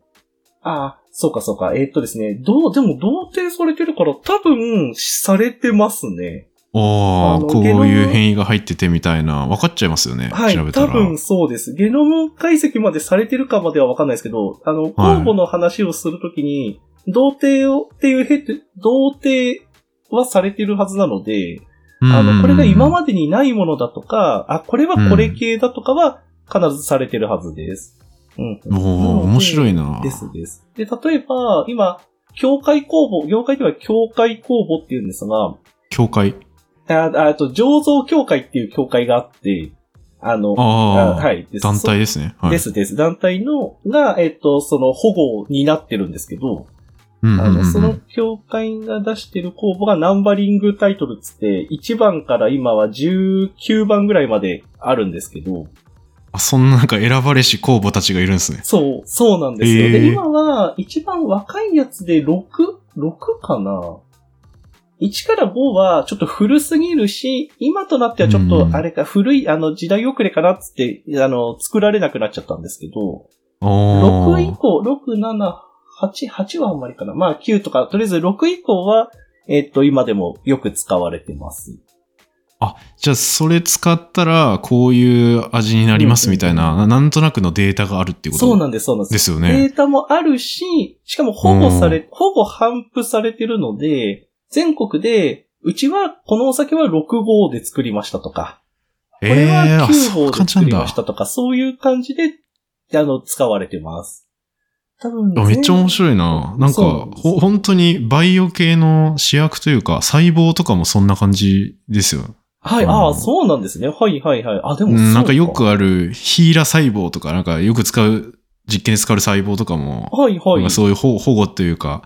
[SPEAKER 3] あ、そうかそうか。えっとですね。どう、でも、同定されてるから、多分、されてますね。
[SPEAKER 2] お
[SPEAKER 3] あ
[SPEAKER 2] ー、
[SPEAKER 3] の
[SPEAKER 2] こう
[SPEAKER 3] ゲノム
[SPEAKER 2] いう変異が入っててみたいな、分かっちゃいますよね。
[SPEAKER 3] は
[SPEAKER 2] 調べ
[SPEAKER 3] い、
[SPEAKER 2] た
[SPEAKER 3] 多
[SPEAKER 2] ら。
[SPEAKER 3] 分そうです。ゲノム解析までされてるかまではわかんないですけど、あの、酵母の話をするときに、童貞を、っていうヘッド、童貞はされてるはずなので、あの、これが今までにないものだとか、あ、これはこれ系だとかは必ずされてるはずです。うん。
[SPEAKER 2] で。おー、面白いな。
[SPEAKER 3] ですです。で、例えば、今、境界酵母、業界では境界酵母っていうんですが、
[SPEAKER 2] 教会。
[SPEAKER 3] あああと、醸造協会っていう協会があって、あの、
[SPEAKER 2] あー、
[SPEAKER 3] はい。です
[SPEAKER 2] 団体ですね。はい。
[SPEAKER 3] ですです。団体の、が、えっ、と、その保護になってるんですけど、
[SPEAKER 2] うんうん
[SPEAKER 3] あ
[SPEAKER 2] うんうん
[SPEAKER 3] の、その協会が出してる公募がナンバリングタイトルっつって、1番から今は19番ぐらいまであるんですけど、
[SPEAKER 2] あそんななんか選ばれし公募たちがいるんですね。
[SPEAKER 3] そう、そうなんですよ。
[SPEAKER 2] え
[SPEAKER 3] で、
[SPEAKER 2] ー
[SPEAKER 3] 今は一番若いやつで6、6かな ?1 から5はちょっと古すぎるし、今となってはちょっとあれか、古い、あの、時代遅れかなっつって、あの、作られなくなっちゃったんですけど、
[SPEAKER 2] お
[SPEAKER 3] 6以
[SPEAKER 2] ー。
[SPEAKER 3] 降、6、7、8、8はあんまりかな。まあ9とか、とりあえず6以降は、えっ、と、今でもよく使われてます。
[SPEAKER 2] じゃあ、それ使ったら、こういう味になりますみたいな、ななんとなくのデータがあるっていうこと
[SPEAKER 3] そうなんです、そうなんです。
[SPEAKER 2] ですよね。
[SPEAKER 3] データもあるし、しかも保護され、保護反布されてるので、全国で、うちは、このお酒は6号で作りましたとか、これ
[SPEAKER 2] えー
[SPEAKER 3] は
[SPEAKER 2] あ
[SPEAKER 3] 9
[SPEAKER 2] そ
[SPEAKER 3] 号
[SPEAKER 2] う感
[SPEAKER 3] で
[SPEAKER 2] じな
[SPEAKER 3] 作
[SPEAKER 2] ん
[SPEAKER 3] りま
[SPEAKER 2] だ
[SPEAKER 3] したとか、そういう感じで、あの、使われてます。多分
[SPEAKER 2] あめっちゃ面
[SPEAKER 3] い。
[SPEAKER 2] 白いな。なんか
[SPEAKER 3] そうなんです
[SPEAKER 2] ほ、本当にバイオ系の主役というか、細胞とかもそんな感じですよ。
[SPEAKER 3] はい、
[SPEAKER 2] あ
[SPEAKER 3] あ
[SPEAKER 2] の
[SPEAKER 3] あ、そうなんですね。はい、はい、はい。あ、で
[SPEAKER 2] う
[SPEAKER 3] も
[SPEAKER 2] ん、なんか
[SPEAKER 3] そう
[SPEAKER 2] よくあるヒーラ細胞とか、なんかよく使う、実験で使う細胞とかも、
[SPEAKER 3] はい、
[SPEAKER 2] なん
[SPEAKER 3] はい
[SPEAKER 2] か。そういう保保護というか、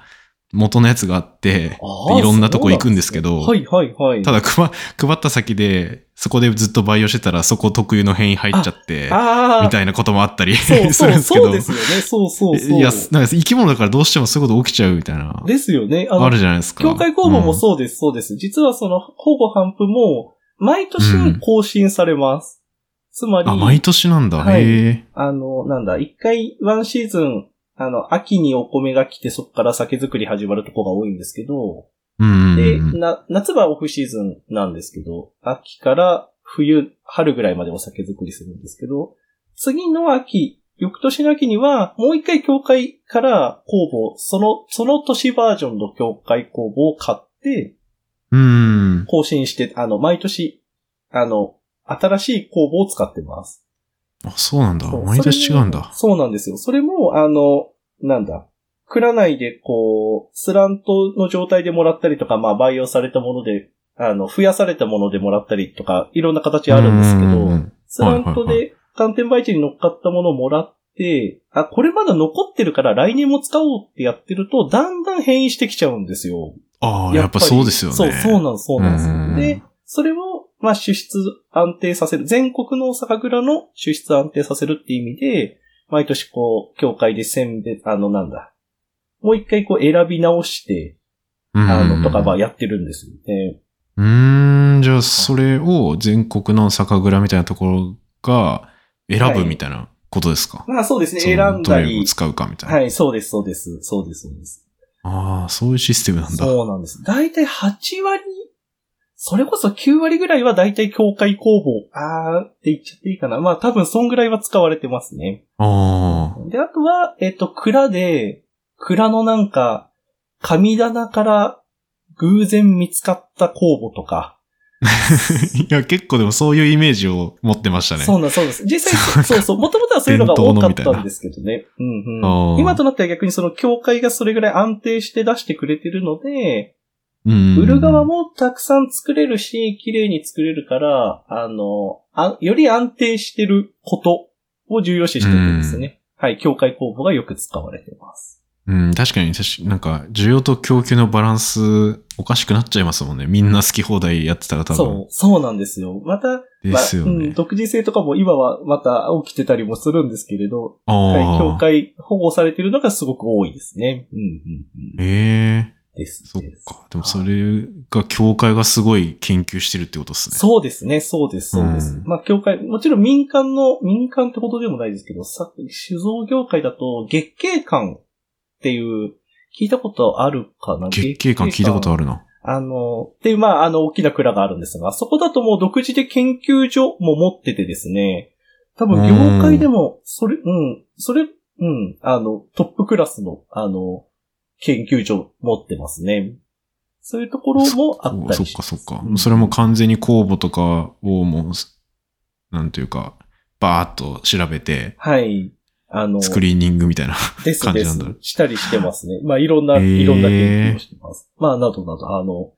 [SPEAKER 2] 元のやつがあって、
[SPEAKER 3] あー
[SPEAKER 2] いろんなとこ行くんですけど
[SPEAKER 3] そうなんですねはいはいはい。
[SPEAKER 2] ただ配、配った先で、そこでずっと培養してたら、そこ特有の変異入っちゃって、
[SPEAKER 3] ああ、
[SPEAKER 2] みたいなこともあったり す
[SPEAKER 3] そう
[SPEAKER 2] る
[SPEAKER 3] そ
[SPEAKER 2] ん
[SPEAKER 3] う、
[SPEAKER 2] ですけ
[SPEAKER 3] そう
[SPEAKER 2] ど
[SPEAKER 3] で。すよね。そうそうそ
[SPEAKER 2] い
[SPEAKER 3] う。
[SPEAKER 2] や、なんか生き物だからどうしてもそういうこと起きちゃうみたいな。
[SPEAKER 3] ですよね。あ
[SPEAKER 2] ある
[SPEAKER 3] の、
[SPEAKER 2] じゃないですか。
[SPEAKER 3] 境界公募も
[SPEAKER 2] う
[SPEAKER 3] そうです、そうです。実はその、保護反布も、毎
[SPEAKER 2] うん
[SPEAKER 3] 年更新されます。つま
[SPEAKER 2] ん、あ、毎
[SPEAKER 3] り、
[SPEAKER 2] 年なんだ。
[SPEAKER 3] はい
[SPEAKER 2] へえ。
[SPEAKER 3] あの、なんだ、一回、ワンシーズン、あの、秋にお米が来て、そこから酒造り始まるとこが多いんですけど、
[SPEAKER 2] うんうん
[SPEAKER 3] で、
[SPEAKER 2] うん。
[SPEAKER 3] な、夏はオフシーズンなんですけど、秋から冬、春ぐらいまでお酒作りするんですけど、次の秋、翌年の秋には、もう一回協会から工房、その、その年バージョンの協会工房を買って、
[SPEAKER 2] うん。
[SPEAKER 3] 更新して、あの、毎年、あの、新しい工房を使ってます。
[SPEAKER 2] あ、そうなんだ。
[SPEAKER 3] そう
[SPEAKER 2] 毎年違うんだ。
[SPEAKER 3] それもそうなんですよ。それも、あの、なんだ。蔵内で、こう、スラントの状態でもらったりとか、まあ、培養されたもので、あの、増やされたものでもらったりとか、いろんな形あるんですけ
[SPEAKER 2] うんうんう
[SPEAKER 3] ど、
[SPEAKER 2] ん
[SPEAKER 3] スラント
[SPEAKER 2] はいはい
[SPEAKER 3] で寒天培地に乗っかったものをもらって、あ、これまだ残ってるから来年も使おうってやってると、だんだん変異してきちゃうんですよ。
[SPEAKER 2] ああ、
[SPEAKER 3] や
[SPEAKER 2] や
[SPEAKER 3] っ
[SPEAKER 2] っぱ
[SPEAKER 3] ぱり
[SPEAKER 2] そうですよね。
[SPEAKER 3] そう、そうなんです、そうなんです
[SPEAKER 2] うん
[SPEAKER 3] よ。で、それを、まあ、支出安定させる、全国の酒蔵の支出安定させるっていう意味で、毎年こう、協会で選別、あの、なんだ。もう一回こう選び直して、
[SPEAKER 2] うん
[SPEAKER 3] あの、とかばやってるんですよね。
[SPEAKER 2] うーん、じゃあそれを全国の酒蔵みたいなところが選ぶみたいなことですか、
[SPEAKER 3] まあそうですね、
[SPEAKER 2] そ
[SPEAKER 3] 選
[SPEAKER 2] の
[SPEAKER 3] んだ
[SPEAKER 2] どれを
[SPEAKER 3] り。
[SPEAKER 2] 使うかみたいな。
[SPEAKER 3] はい、そうです、そうです、そうです、そうです。
[SPEAKER 2] ああ、そういうシステムなんだ。
[SPEAKER 3] そうなんです。だいたい8割、それこそ9割ぐらいはだいたい協会工房、あーって言っちゃっていいかな。まあ多分そんぐらいは使われてますね。
[SPEAKER 2] ああ。
[SPEAKER 3] で、あとは、えっと、蔵で、蔵のなんか、神棚から偶然見つかった酵母とか。
[SPEAKER 2] いや、結構でもそういうイメージを持ってましたね。
[SPEAKER 3] そうなん、そうです。実際、そうそう、もともとはそういうのが
[SPEAKER 2] 伝
[SPEAKER 3] 多
[SPEAKER 2] 統
[SPEAKER 3] か
[SPEAKER 2] の
[SPEAKER 3] っ
[SPEAKER 2] みたいな
[SPEAKER 3] たんですけどね。うん
[SPEAKER 2] あ
[SPEAKER 3] うん。
[SPEAKER 2] ー
[SPEAKER 3] 今となっては逆にその協会がそれぐらい安定して出してくれてるので、
[SPEAKER 2] うん。
[SPEAKER 3] 売る側もたくさん作れるし、綺麗に作れるから、あの、あより安定してることを重要視してるんですね。はい、境界工房がよく使われてます。
[SPEAKER 2] うん、確かに、確かなんか、需要と供給のバランス、おかしくなっちゃいますもんね。みんな好き放題やってたら多分。
[SPEAKER 3] そう、そうなんですよ。また、
[SPEAKER 2] で
[SPEAKER 3] まあ
[SPEAKER 2] すよ
[SPEAKER 3] う
[SPEAKER 2] ね
[SPEAKER 3] ん、。独自性とかも今はまた起きてたりもするんですけれど、はい、境
[SPEAKER 2] ああ。
[SPEAKER 3] 界保護されてるのがすごく多いですね。うん、うん、うん。
[SPEAKER 2] ええ
[SPEAKER 3] です。
[SPEAKER 2] そっ
[SPEAKER 3] です
[SPEAKER 2] か。でもそれが、協会がすごい研究してるってことですね。
[SPEAKER 3] そうですね、そうです、そうです。
[SPEAKER 2] うん
[SPEAKER 3] まあ、業界、もちろん民間の、民間ってことでもないですけど、さ、酒造業界だと、月経館っていう、聞いたことあるかな
[SPEAKER 2] 月経感聞いたこと
[SPEAKER 3] ある。
[SPEAKER 2] あるな。
[SPEAKER 3] あの、っていう、まあ、あの、大きな蔵があるんですが、そこだともう独自で研究所も持っててですね、多分業界でも、それ、うん、それ、うん、あの、トップクラスの、あの、研究所持ってますね。そういうところもあったりし
[SPEAKER 2] そっか
[SPEAKER 3] ます
[SPEAKER 2] そっか。
[SPEAKER 3] うん
[SPEAKER 2] それも完全に公募とかをもう、なんていうか、バーっと調べて、
[SPEAKER 3] はい。あの、
[SPEAKER 2] スクリーニングみたいな。
[SPEAKER 3] です
[SPEAKER 2] 感
[SPEAKER 3] で
[SPEAKER 2] じな
[SPEAKER 3] す
[SPEAKER 2] んだ。
[SPEAKER 3] したりしてますね。まあ、いろんな、
[SPEAKER 2] へー
[SPEAKER 3] いろんな研究をしてます。まあ、などなど、あの、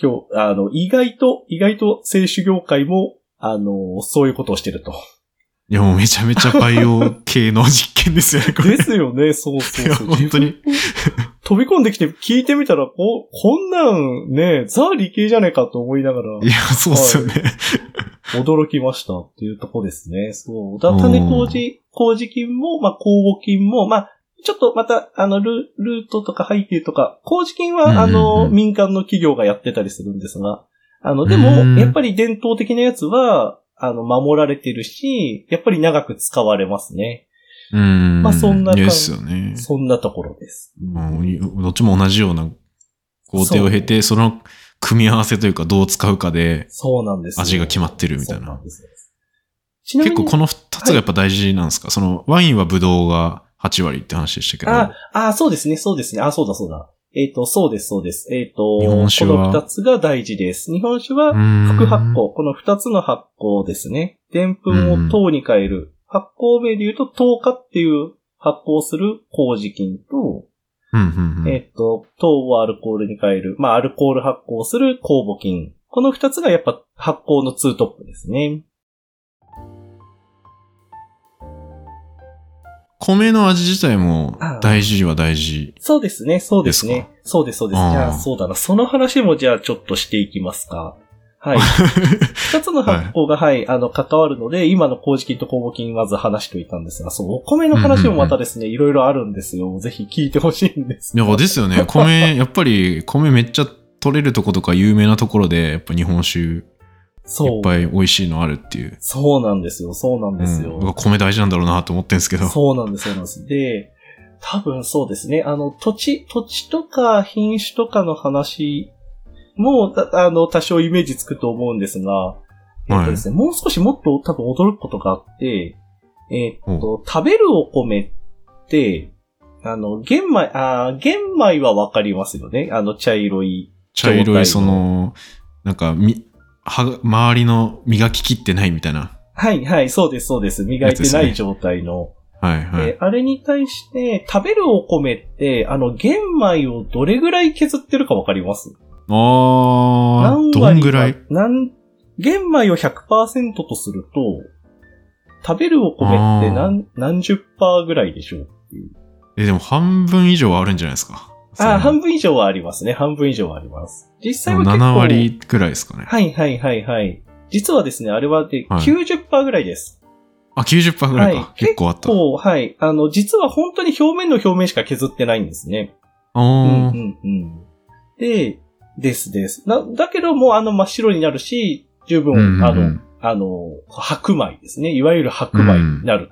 [SPEAKER 3] 今日、あの、意外と、意外と、製酒業界も、あの、そういうことをしてると。
[SPEAKER 2] いやもうめちゃめちゃバイオ系の実験ですよね、こ れ。
[SPEAKER 3] ですよね、そうそうそう。
[SPEAKER 2] いや本当に。
[SPEAKER 3] 飛び込んできて聞いてみたら、こう、こんなんね、ザ理系じゃねえかと思いながら
[SPEAKER 2] い、や、そうっすよね。
[SPEAKER 3] 驚きましたっていうとこですね。そう。だ種麹、麹菌も、まあ、酵母菌も、まあ、ちょっとまた、あの、ルルートとか背景とか、麹菌は、
[SPEAKER 2] うんうんうん
[SPEAKER 3] あの、民間の企業がやってたりするんですが、あの、で
[SPEAKER 2] う
[SPEAKER 3] も、
[SPEAKER 2] ん
[SPEAKER 3] やっぱり伝統的なやつは、あの、守られてるし、やっぱり長く使われますね。
[SPEAKER 2] うん。
[SPEAKER 3] まあそんな感じ
[SPEAKER 2] いやですよね。
[SPEAKER 3] そんなところです。
[SPEAKER 2] もういどっちも同じような工程を経て、その組み合わせというかどう使うかで、
[SPEAKER 3] そうなんですよ。
[SPEAKER 2] 味が決まってるみたいな
[SPEAKER 3] そうなんです。ちなみ
[SPEAKER 2] 結
[SPEAKER 3] に、
[SPEAKER 2] 構この二つがやっぱ大事なんですか、そのワインはブドウが8割って話でしたけど。
[SPEAKER 3] あ、あ、そうですね、そうですね。あ、そうだ、そうだ。えっ、と、そうです、そうです。えっ、と、
[SPEAKER 2] 日本酒は
[SPEAKER 3] この二つが大事です。日本酒は、
[SPEAKER 2] 副
[SPEAKER 3] 副発酵。この二つの発酵ですね。でんぷんを糖に変える。発酵名で言うと、糖化っていう発酵する麹菌と、
[SPEAKER 2] うんうんうん。
[SPEAKER 3] えっ、と、糖をアルコールに変える。まあ、アルコール発酵する酵母菌。この二つがやっぱ発酵のツートップですね。
[SPEAKER 2] 米の味自体も大事は大事。
[SPEAKER 3] そうですね、そうです
[SPEAKER 2] です
[SPEAKER 3] ね。そうです、そうです。
[SPEAKER 2] あー
[SPEAKER 3] じゃあ、そうだな。その話もじゃあちょっとしていきますか。 はい。二つの発酵が、はい、あの、関わるので、今の麹菌と酵母菌まず話しておいたんですが、そう、お米の話もまたですね、いろいろあるんですよ。ぜひ聞いてほしいんです
[SPEAKER 2] い
[SPEAKER 3] が。
[SPEAKER 2] や、ですよね。米、やっぱり米めっちゃ取れるとことか有名なところで、やっぱ日本酒いっ
[SPEAKER 3] そう。
[SPEAKER 2] ぱい美味しいのあるっていう。
[SPEAKER 3] そうなんですよ、そうなん
[SPEAKER 2] う
[SPEAKER 3] です
[SPEAKER 2] ん、
[SPEAKER 3] よ。
[SPEAKER 2] 僕は米大事なんだろうなと思ってるんですけど。
[SPEAKER 3] そうなんです、そうなんです。で、多分そうですね。あの、土地、土地とか品種とかの話も、たあの、多少イメージつくと思うんですが、えっとですね、もう少しもっと多分驚くことがあって、えっと、食べるお米って、あの、玄米、あー玄米はわかりますよね。あの、茶色い。
[SPEAKER 2] 茶色い、その、なんか、み、は、周りの磨ききってないみたいな。
[SPEAKER 3] はいはい、そうです、そうです。磨いてない状態の。
[SPEAKER 2] はいはい。
[SPEAKER 3] えーあれに対して、食べるお米って、あの、玄米をどれぐらい削ってるかわかります
[SPEAKER 2] あー、
[SPEAKER 3] 何割
[SPEAKER 2] ど
[SPEAKER 3] か
[SPEAKER 2] んぐらい
[SPEAKER 3] 何、玄米を100%とすると、食べるお米って何、何十パーぐらいでしょう
[SPEAKER 2] え、でも半分以上はあるんじゃないですか。
[SPEAKER 3] あー、
[SPEAKER 2] 分
[SPEAKER 3] 半分以上はありますね。半分以上はあります。実際は結構。
[SPEAKER 2] 7割くらいですかね。
[SPEAKER 3] はいはいはいはい。実はですね、あれはで
[SPEAKER 2] はい
[SPEAKER 3] 90%ぐらいです。
[SPEAKER 2] あ、90%ぐらいか。
[SPEAKER 3] はい
[SPEAKER 2] 結構あった。
[SPEAKER 3] こう、はい。あの、実は本当に表面の表面しか削ってないんですね。
[SPEAKER 2] あ
[SPEAKER 3] うん
[SPEAKER 2] ー、
[SPEAKER 3] うんうん。で、ですです。な、だけどもうあの真っ白になるし、十分、
[SPEAKER 2] うんうんうん
[SPEAKER 3] あの、あの、白米ですね。いわゆる白米になる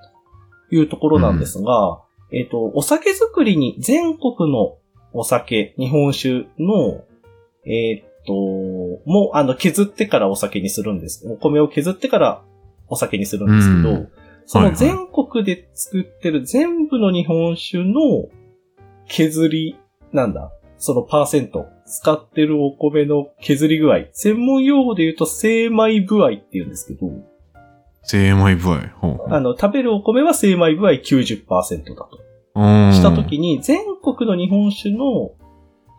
[SPEAKER 3] というところなんですが、えっと、お酒作りに全国のお酒、日本酒の、えっと、もうあの、削ってからお酒にするんです。お米を削ってからお酒にするんですけど、
[SPEAKER 2] うん
[SPEAKER 3] そ
[SPEAKER 2] はいはい
[SPEAKER 3] の全国で作ってる全部の日本酒の削り、なんだ、そのパーセント、使ってるお米の削り具合、専門用語で言うと精米具合って言うんですけど、
[SPEAKER 2] 精米具合。ほうほ
[SPEAKER 3] あ
[SPEAKER 2] う。
[SPEAKER 3] の、食べるお米は精米具合90%だ
[SPEAKER 2] う
[SPEAKER 3] と。
[SPEAKER 2] ん
[SPEAKER 3] したときに、全国の日本酒の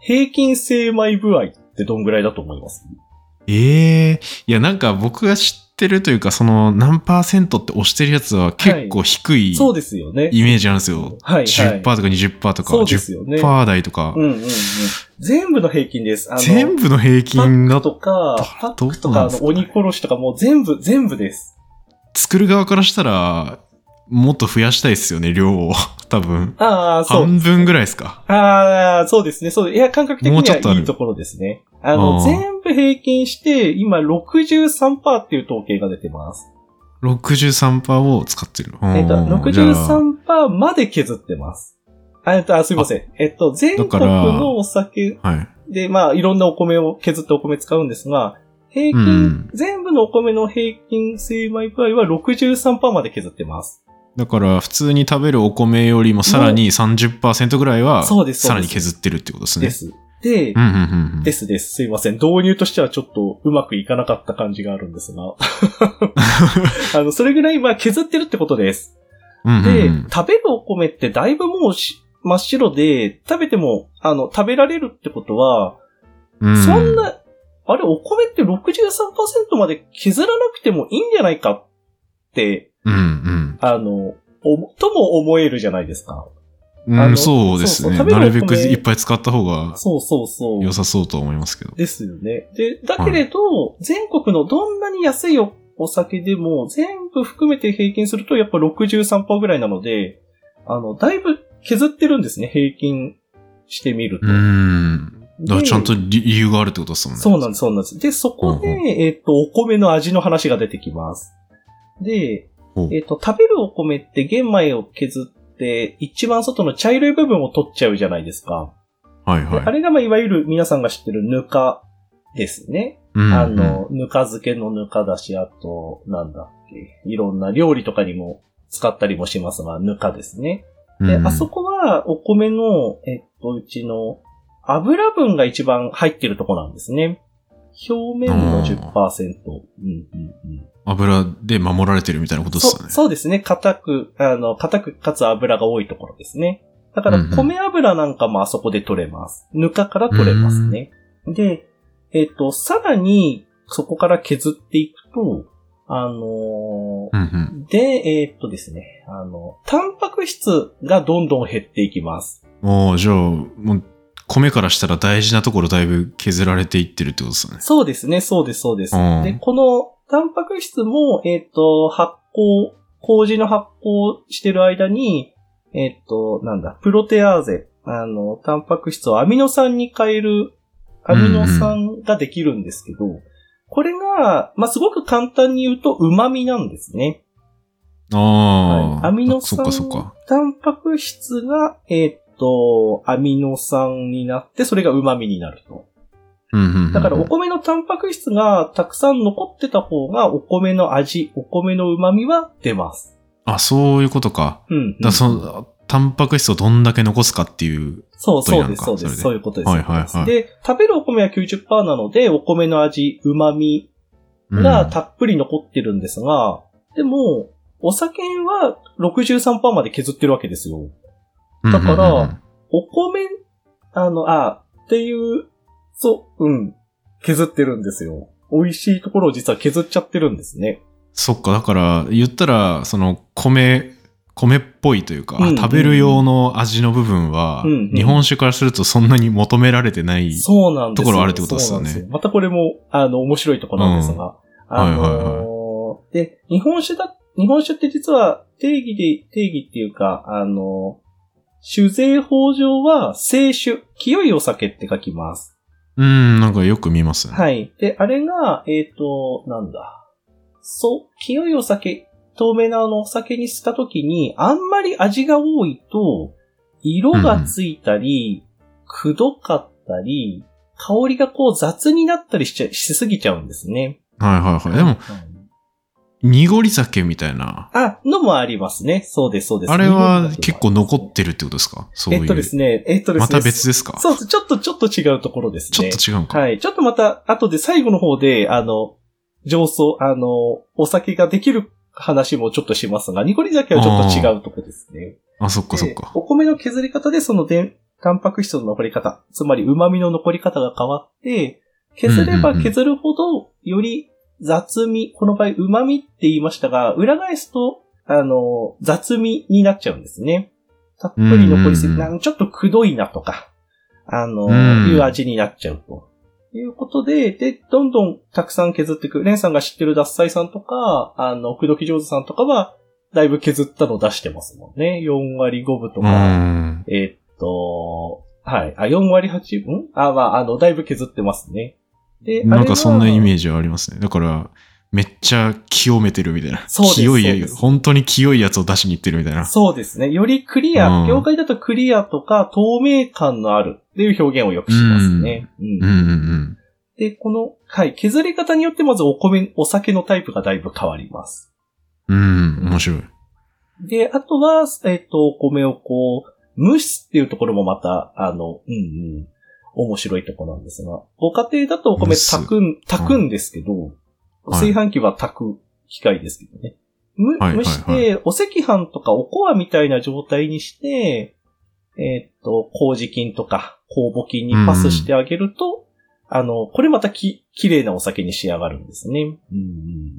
[SPEAKER 3] 平均精米具合ってどんぐらいだと思います
[SPEAKER 2] ええいや、なんか僕が知ってるというか、その何パーセントって押してるやつは結構低い
[SPEAKER 3] そうですよね。
[SPEAKER 2] イメージなんですよ。
[SPEAKER 3] はい、はい。
[SPEAKER 2] 10%とか20%とか、
[SPEAKER 3] そうですよね。
[SPEAKER 2] 10%台とか、
[SPEAKER 3] うんうんうん。全部の平均です。あの
[SPEAKER 2] 全部の平均
[SPEAKER 3] パッ
[SPEAKER 2] が
[SPEAKER 3] クとか、パックとか、あの、鬼殺しとかもう全部、全部です。
[SPEAKER 2] 作る側からしたら、もっと増やしたいですよね、量を。 多分。
[SPEAKER 3] ああ、そう。
[SPEAKER 2] 半分ぐらいですか。
[SPEAKER 3] ああ、そうですね。そう。いや、感覚的
[SPEAKER 2] もうちょっ
[SPEAKER 3] に
[SPEAKER 2] とあ
[SPEAKER 3] は
[SPEAKER 2] る
[SPEAKER 3] いいところですね。あ
[SPEAKER 2] あ
[SPEAKER 3] の、
[SPEAKER 2] ー
[SPEAKER 3] 全部平均して、今63%っていう統計が出てます。
[SPEAKER 2] 63%を使ってる。
[SPEAKER 3] えっと、
[SPEAKER 2] うんじゃあ
[SPEAKER 3] 63%まで削ってます。あえっと、あすいません。えっと、全
[SPEAKER 2] だか
[SPEAKER 3] 国
[SPEAKER 2] ら
[SPEAKER 3] のお酒
[SPEAKER 2] はい。
[SPEAKER 3] で、まあ、いろんなお米を削ってお米使うんですが、平均、
[SPEAKER 2] うん
[SPEAKER 3] 全部のお米の平均精米具合は63%まで削ってます。
[SPEAKER 2] だから、普通に食べるお米よりもさらに30%ぐらいは、
[SPEAKER 3] そうですそうです
[SPEAKER 2] さらに削ってるってことですね。
[SPEAKER 3] です。で、
[SPEAKER 2] うんうんうんうん。
[SPEAKER 3] ですです。すいません。導入としてはちょっとうまくいかなかった感じがあるんです が。あの、それぐらい、まあ、削ってるってことです。
[SPEAKER 2] うんうん
[SPEAKER 3] で、
[SPEAKER 2] うん
[SPEAKER 3] 食べるお米ってだいぶもうし真っ白で、食べても、あの、食べられるってことは、
[SPEAKER 2] うん
[SPEAKER 3] そんな、あれ、お米って63%まで削らなくてもいいんじゃないかって、
[SPEAKER 2] うん
[SPEAKER 3] あの、おとも思えるじゃないですか。
[SPEAKER 2] うん。
[SPEAKER 3] あ
[SPEAKER 2] う
[SPEAKER 3] の
[SPEAKER 2] ん、そうですね。
[SPEAKER 3] そうそう食べる
[SPEAKER 2] な
[SPEAKER 3] お米
[SPEAKER 2] るべくいっぱい使った方が
[SPEAKER 3] そうそうそう。
[SPEAKER 2] 良さそうと思いますけど。
[SPEAKER 3] ですよね。で、だけれど、全国のどんなに安いおお酒でも、全部含めて平均すると、やっぱ63%ぐらいなので、あの、だいぶ削ってるんですね、平均してみると。
[SPEAKER 2] うん。だから
[SPEAKER 3] で
[SPEAKER 2] ちゃんと理理由があるってことですもんね。
[SPEAKER 3] そうなんです、そうなんです。で、そこで、
[SPEAKER 2] うんう
[SPEAKER 3] えっ、と、お米の味の話が出てきます。で
[SPEAKER 2] ほう、
[SPEAKER 3] えっ、と、食べるお米って玄米を削って、一番外の茶色い部分を取っちゃうじゃないですか。
[SPEAKER 2] はいはい。
[SPEAKER 3] あれが、まあ、いわゆる皆さんが知ってるぬかですね。
[SPEAKER 2] うんうん
[SPEAKER 3] あの、ぬか漬けのぬかだし、あと、なんだっけ、いろんな料理とかにも使ったりもしますが、ぬかですね。で、あそこはお米の、えっと、うちの油分が一番入ってるとこなんですね。表面の10%。うんうんうん
[SPEAKER 2] 油で守られてるみたいなことですよ
[SPEAKER 3] そ
[SPEAKER 2] ね。
[SPEAKER 3] そうですね。硬く、あの、硬くかつ油が多いところですね。だから、
[SPEAKER 2] うんうん
[SPEAKER 3] 米油なんかもあそこで取れます。ぬかから取れますね。で、えっ、と、さらに、そこから削っていくと、あ
[SPEAKER 2] うん
[SPEAKER 3] の
[SPEAKER 2] うん
[SPEAKER 3] ーで、えっ、とですね、あの、タンパク質がどんどん減っていきます。
[SPEAKER 2] おーじゃあ、もう、米からしたら大事なところだいぶ削られていってるってことですよね。
[SPEAKER 3] そうですね、そうです、そうです。
[SPEAKER 2] うん
[SPEAKER 3] で、このタンパク質も、えっ、と、発酵、麹の発酵してる間に、えっ、と、なんだ、プロテアーゼ、あの、タンパク質をアミノ酸に変える、アミノ酸ができるんですけど、これが、まあ、すごく簡単に言うと、旨味なんですね。
[SPEAKER 2] ああ、
[SPEAKER 3] はいアミノ酸
[SPEAKER 2] そっかそっか。
[SPEAKER 3] タンパク質が、えっ、と、アミノ酸になって、それが旨味になると。
[SPEAKER 2] うんうんうんうん
[SPEAKER 3] だからお米のタンパク質がたくさん残ってた方がお米の味、お米の旨味は出ます。
[SPEAKER 2] あ、そういうことか。
[SPEAKER 3] うん、うん。
[SPEAKER 2] だからその、タンパク質をどんだけ残すかっていう。
[SPEAKER 3] そう、そうです、
[SPEAKER 2] といううのかそ
[SPEAKER 3] そで
[SPEAKER 2] れ
[SPEAKER 3] す。
[SPEAKER 2] で
[SPEAKER 3] そういうことです。
[SPEAKER 2] はいはいはい
[SPEAKER 3] そうですで、食べるお米は90%なので、お米の味、旨味
[SPEAKER 2] うん
[SPEAKER 3] がたっぷり残ってるんですが、でも、お酒は63%まで削ってるわけですよ。だから
[SPEAKER 2] うんうんうん
[SPEAKER 3] お米、あの、あ、っていう、そう、うん、削ってるんですよ。美味しいところを実は削っちゃってるんですね。
[SPEAKER 2] そっか、だから、言ったら、その、米、米っぽいというか、
[SPEAKER 3] うんうん
[SPEAKER 2] 食べる用の味の部分は、
[SPEAKER 3] うんうん
[SPEAKER 2] 日本酒からするとそんなに求められてない。
[SPEAKER 3] そうなんですよ
[SPEAKER 2] ところあるってことですよね
[SPEAKER 3] そうなんまたこれも、あの、面白いところなんですが、あのー
[SPEAKER 2] はいはい
[SPEAKER 3] で、日本酒だ、日本酒って実は定義で、定義っていうか、あのー酒税法上は、清酒、清いお酒って書きます。
[SPEAKER 2] うん、なんかよく見ますね。
[SPEAKER 3] はい。で、あれが、えっ、と、なんだ。そう、清いお酒、透明なあのお酒にしたときに、あんまり味が多いと、色がついたり、くどかったり、香りがこう雑になったりしちゃ、しすぎちゃうんですね。
[SPEAKER 2] はいはいはい。でも、
[SPEAKER 3] うん
[SPEAKER 2] 濁り酒みたいな。
[SPEAKER 3] あ、のもありますね。そうです、そうです。
[SPEAKER 2] あれは結構残
[SPEAKER 3] て
[SPEAKER 2] ってるってことですかそうい
[SPEAKER 3] え
[SPEAKER 2] う。
[SPEAKER 3] っとですね、えっとですね。
[SPEAKER 2] また別ですか
[SPEAKER 3] そう、ちょっと、ちょっと違うところです
[SPEAKER 2] ちょ
[SPEAKER 3] ね。
[SPEAKER 2] っと違うんか。
[SPEAKER 3] はい。ちょっとまた、後で最後の方で、あの、上層、あの、お酒ができる話もちょっとしますが、ニコリ酒はちょっと違うとこですね。
[SPEAKER 2] あ、そっかそっ
[SPEAKER 3] で
[SPEAKER 2] か。
[SPEAKER 3] お米の削り方でそのでん、タンパク質の残り方、つまり旨味の残り方が変わって、削れば削るほど、より雑味、この場合旨味って言いましたが、裏返すと、あの、雑味になっちゃうんですね。たっぷり残りすぎ、
[SPEAKER 2] うんうんうん
[SPEAKER 3] なんちょっとくどいなとか、あの、
[SPEAKER 2] うん
[SPEAKER 3] いう味になっちゃうと。いうことで、で、どんどんたくさん削っていく。レンさんが知ってる脱菜さんとか、あの、くどき上手さんとかは、だいぶ削ったの出してますもんね。4割5分と
[SPEAKER 2] う
[SPEAKER 3] か、
[SPEAKER 2] ん。
[SPEAKER 3] えっと、はい。あ、4割8分あ、まあ、あの、だいぶ削ってますね。で、
[SPEAKER 2] なんかそんなイ
[SPEAKER 3] ージ。
[SPEAKER 2] メージはありますね。だから、めっちゃ清めてるみたいな。
[SPEAKER 3] そうです
[SPEAKER 2] 清
[SPEAKER 3] そうで
[SPEAKER 2] い、
[SPEAKER 3] す
[SPEAKER 2] 本当に清いやつを出しに行ってるみたいな。
[SPEAKER 3] そうですね。よりクリア、
[SPEAKER 2] うん
[SPEAKER 3] 業界だとクリアとか透明感のあるっていう表現をよくしますね。うん
[SPEAKER 2] うんうんうん。
[SPEAKER 3] で、この、はい、削り方によってまずお米、お酒のタイプがだいぶ変わります。
[SPEAKER 2] うん、面白い。
[SPEAKER 3] で、あとは、えっ、と、お米をこう、蒸すっていうところもまた、あの、うんうん、面白いとこなんですが、ご家庭だとお米
[SPEAKER 2] 蒸す
[SPEAKER 3] 炊くん、炊くんですけど、
[SPEAKER 2] はい
[SPEAKER 3] 炊飯器は炊く機械ですけどね。む
[SPEAKER 2] はいはいは
[SPEAKER 3] 蒸
[SPEAKER 2] い
[SPEAKER 3] して、お赤飯とかおこわみたいな状態にして、えっ、と、麹菌とか酵母菌にパスしてあげると、あの、これまたき、綺麗なお酒に仕上がるんですね。うんうんうん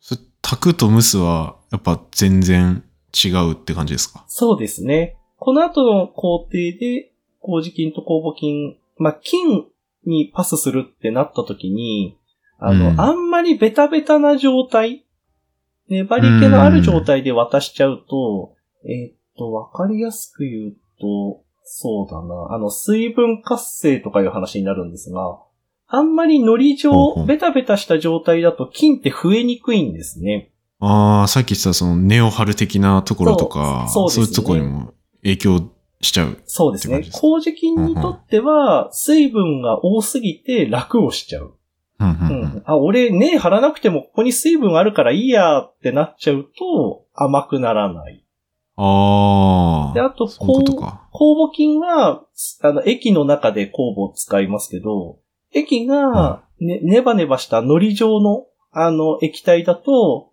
[SPEAKER 2] それ炊くと蒸すは、やっぱ全然違うって感じですか
[SPEAKER 3] そうですね。この後の工程で、麹菌と酵母菌、まあ、菌にパスするってなった時に、あの、
[SPEAKER 2] うん
[SPEAKER 3] あんまりベタベタな状態、粘り気のある状態で渡しちゃうと、えーっと、わかりやすく言うと、そうだな、あの、水分活性とかいう話になるんですが、あんまり糊
[SPEAKER 2] ほうほ
[SPEAKER 3] 状、
[SPEAKER 2] う
[SPEAKER 3] ベタベタした状態だと菌って増えにくいんですね。
[SPEAKER 2] ああ、さっき言ってたそのネオハル的なところとか、
[SPEAKER 3] そうそうで
[SPEAKER 2] い
[SPEAKER 3] すね
[SPEAKER 2] うところにも影響しちゃう。
[SPEAKER 3] そうです
[SPEAKER 2] って感
[SPEAKER 3] ね
[SPEAKER 2] じ。ですか
[SPEAKER 3] 麹菌にとっては、水分が多すぎて楽をしちゃう。
[SPEAKER 2] うんう
[SPEAKER 3] うん
[SPEAKER 2] うん
[SPEAKER 3] ん。あ、俺、根張らなくてもここに水分あるからいいやってなっちゃうと、甘くならない。
[SPEAKER 2] あ
[SPEAKER 3] で、
[SPEAKER 2] あ、
[SPEAKER 3] あと、
[SPEAKER 2] そういう
[SPEAKER 3] こ
[SPEAKER 2] こ
[SPEAKER 3] う
[SPEAKER 2] とか。
[SPEAKER 3] 酵母菌は、あの、液の中で酵母を使いますけど、液がね、ネバネバした糊状の、あの、液体だと、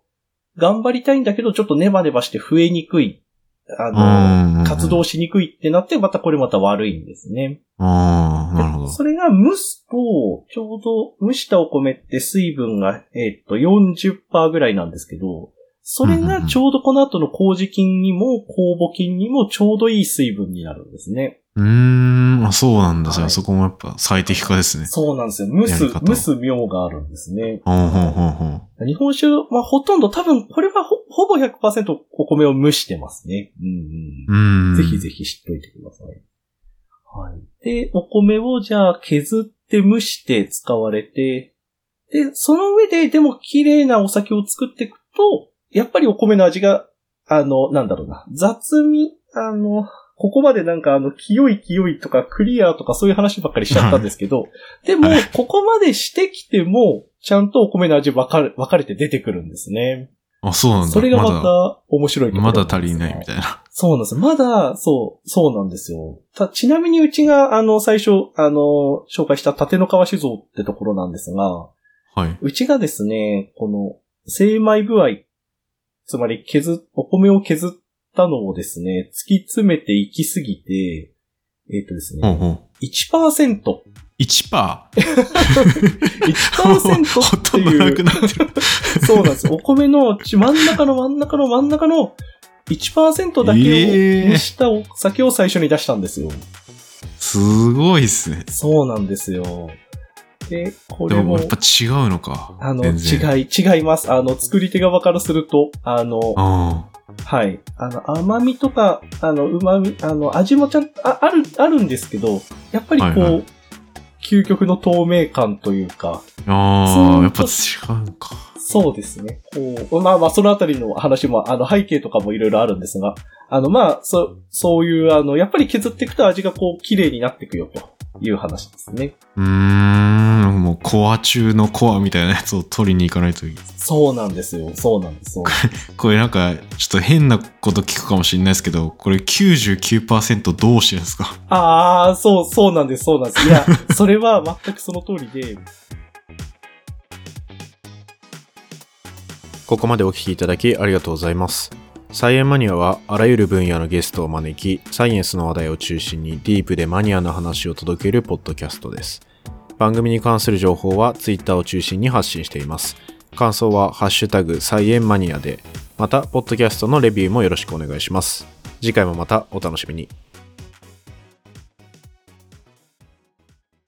[SPEAKER 3] 頑張りたいんだけど、ちょっとネバネバして増えにくい。あ
[SPEAKER 2] うんうんう
[SPEAKER 3] の、
[SPEAKER 2] ん
[SPEAKER 3] 活動しにくいってなって、またこれまた悪いんですね。
[SPEAKER 2] ああ、なるほど。
[SPEAKER 3] それが蒸すと、ちょうど蒸したお米って水分が、えっと、40%ぐらいなんですけど、それがちょうどこの後の麹菌にも酵母菌にもちょうどいい水分になるんですね。
[SPEAKER 2] うーん、あ、そうなんだ。じゃ
[SPEAKER 3] はい
[SPEAKER 2] あそこもやっぱ最適化ですね。
[SPEAKER 3] そうなんですよ。蒸す
[SPEAKER 2] やり、方
[SPEAKER 3] 蒸す妙があるんですね。
[SPEAKER 2] ほんほんほんほん。
[SPEAKER 3] 日本酒はほとんど多分これはほほぼ100%お米を蒸してますね。うんう
[SPEAKER 2] うー
[SPEAKER 3] ん
[SPEAKER 2] ん。
[SPEAKER 3] ぜひぜひ知っといてください。はい。で、お米をじゃあ削って蒸して使われて、で、その上ででも綺麗なお酒を作っていくと、やっぱりお米の味が、あの、なんだろうな、雑味、あの、ここまでなんかあの、清い清いとかクリアとかそういう話ばっかりしちゃったんですけど、でも
[SPEAKER 2] はい、
[SPEAKER 3] ここまでしてきても、ちゃんとお米の味分かれ、分かれて出てくるんですね。
[SPEAKER 2] あ、そうなんだ。
[SPEAKER 3] それがまた面白いところ
[SPEAKER 2] ま
[SPEAKER 3] んで
[SPEAKER 2] だ、ます
[SPEAKER 3] が
[SPEAKER 2] だ足りないみたいな。
[SPEAKER 3] そうなんです。まだ、そう、そうなんですよ。た、ちなみにうちが、あの、最初、あの、紹介した立の川酒造ってところなんですが、
[SPEAKER 2] はい。
[SPEAKER 3] うちがですね、この、精米部合、つまり削、お米を削ったのをですね、突き詰めていきすぎて、えっ、とです
[SPEAKER 2] ほう
[SPEAKER 3] ね、
[SPEAKER 2] ほう。
[SPEAKER 3] 1%、
[SPEAKER 2] 1%? ほ
[SPEAKER 3] 1%って
[SPEAKER 2] とんど
[SPEAKER 3] い
[SPEAKER 2] な
[SPEAKER 3] う
[SPEAKER 2] く、なってる。
[SPEAKER 3] そうなんです。お米のち真ん中の真ん中の真ん中の1%だけを
[SPEAKER 2] えー
[SPEAKER 3] 蒸したお酒を最初に出したんですよ。
[SPEAKER 2] すごいっすね。
[SPEAKER 3] そうなんですよ。で、こ
[SPEAKER 2] で
[SPEAKER 3] れ
[SPEAKER 2] も
[SPEAKER 3] も
[SPEAKER 2] やっ、ぱ違うのか。
[SPEAKER 3] あの、
[SPEAKER 2] 全然。
[SPEAKER 3] 違い、違います。あの、作り手側からすると、あの、
[SPEAKER 2] あ
[SPEAKER 3] はい。あの、甘みとか、あの、旨み、あの、味もちゃんと、あある、あるんですけど、やっぱりこう、
[SPEAKER 2] はいは
[SPEAKER 3] 究極の透明感というか、
[SPEAKER 2] あ。ああ、やっぱ違
[SPEAKER 3] 普
[SPEAKER 2] うのか。
[SPEAKER 3] そうですね。こうまあまあ、そのあたりの話も、あの、背景とかもいろいろあるんですが、あの、まあ、そ、そういう、あの、やっぱり削っていくと味がこう、綺麗になっていくよ、という話ですね。
[SPEAKER 2] うーん、もうコア中のコアみたいなやつを取りに行かないといけない。
[SPEAKER 3] そうなんですよ。そうなんです。そうなんです
[SPEAKER 2] これなんか、ちょっと変なこと聞くかもしれないですけど、これ99%どうしてるんですか
[SPEAKER 3] ああ、そう、そうなんです、そうなんです。いや、それは全くその通りで、
[SPEAKER 1] ここまでお聞きいただきありがとうございます。サイエンマニアはあらゆる分野のゲストを招き、サイエンスの話題を中心にディープでマニアな話を届けるポッドキャストです。番組に関する情報は Twitter を中心に発信しています。感想はハッシュタグサイエンマニアで、また、ポッドキャストのレビューもよろしくお願いします。次回もまたお楽しみに。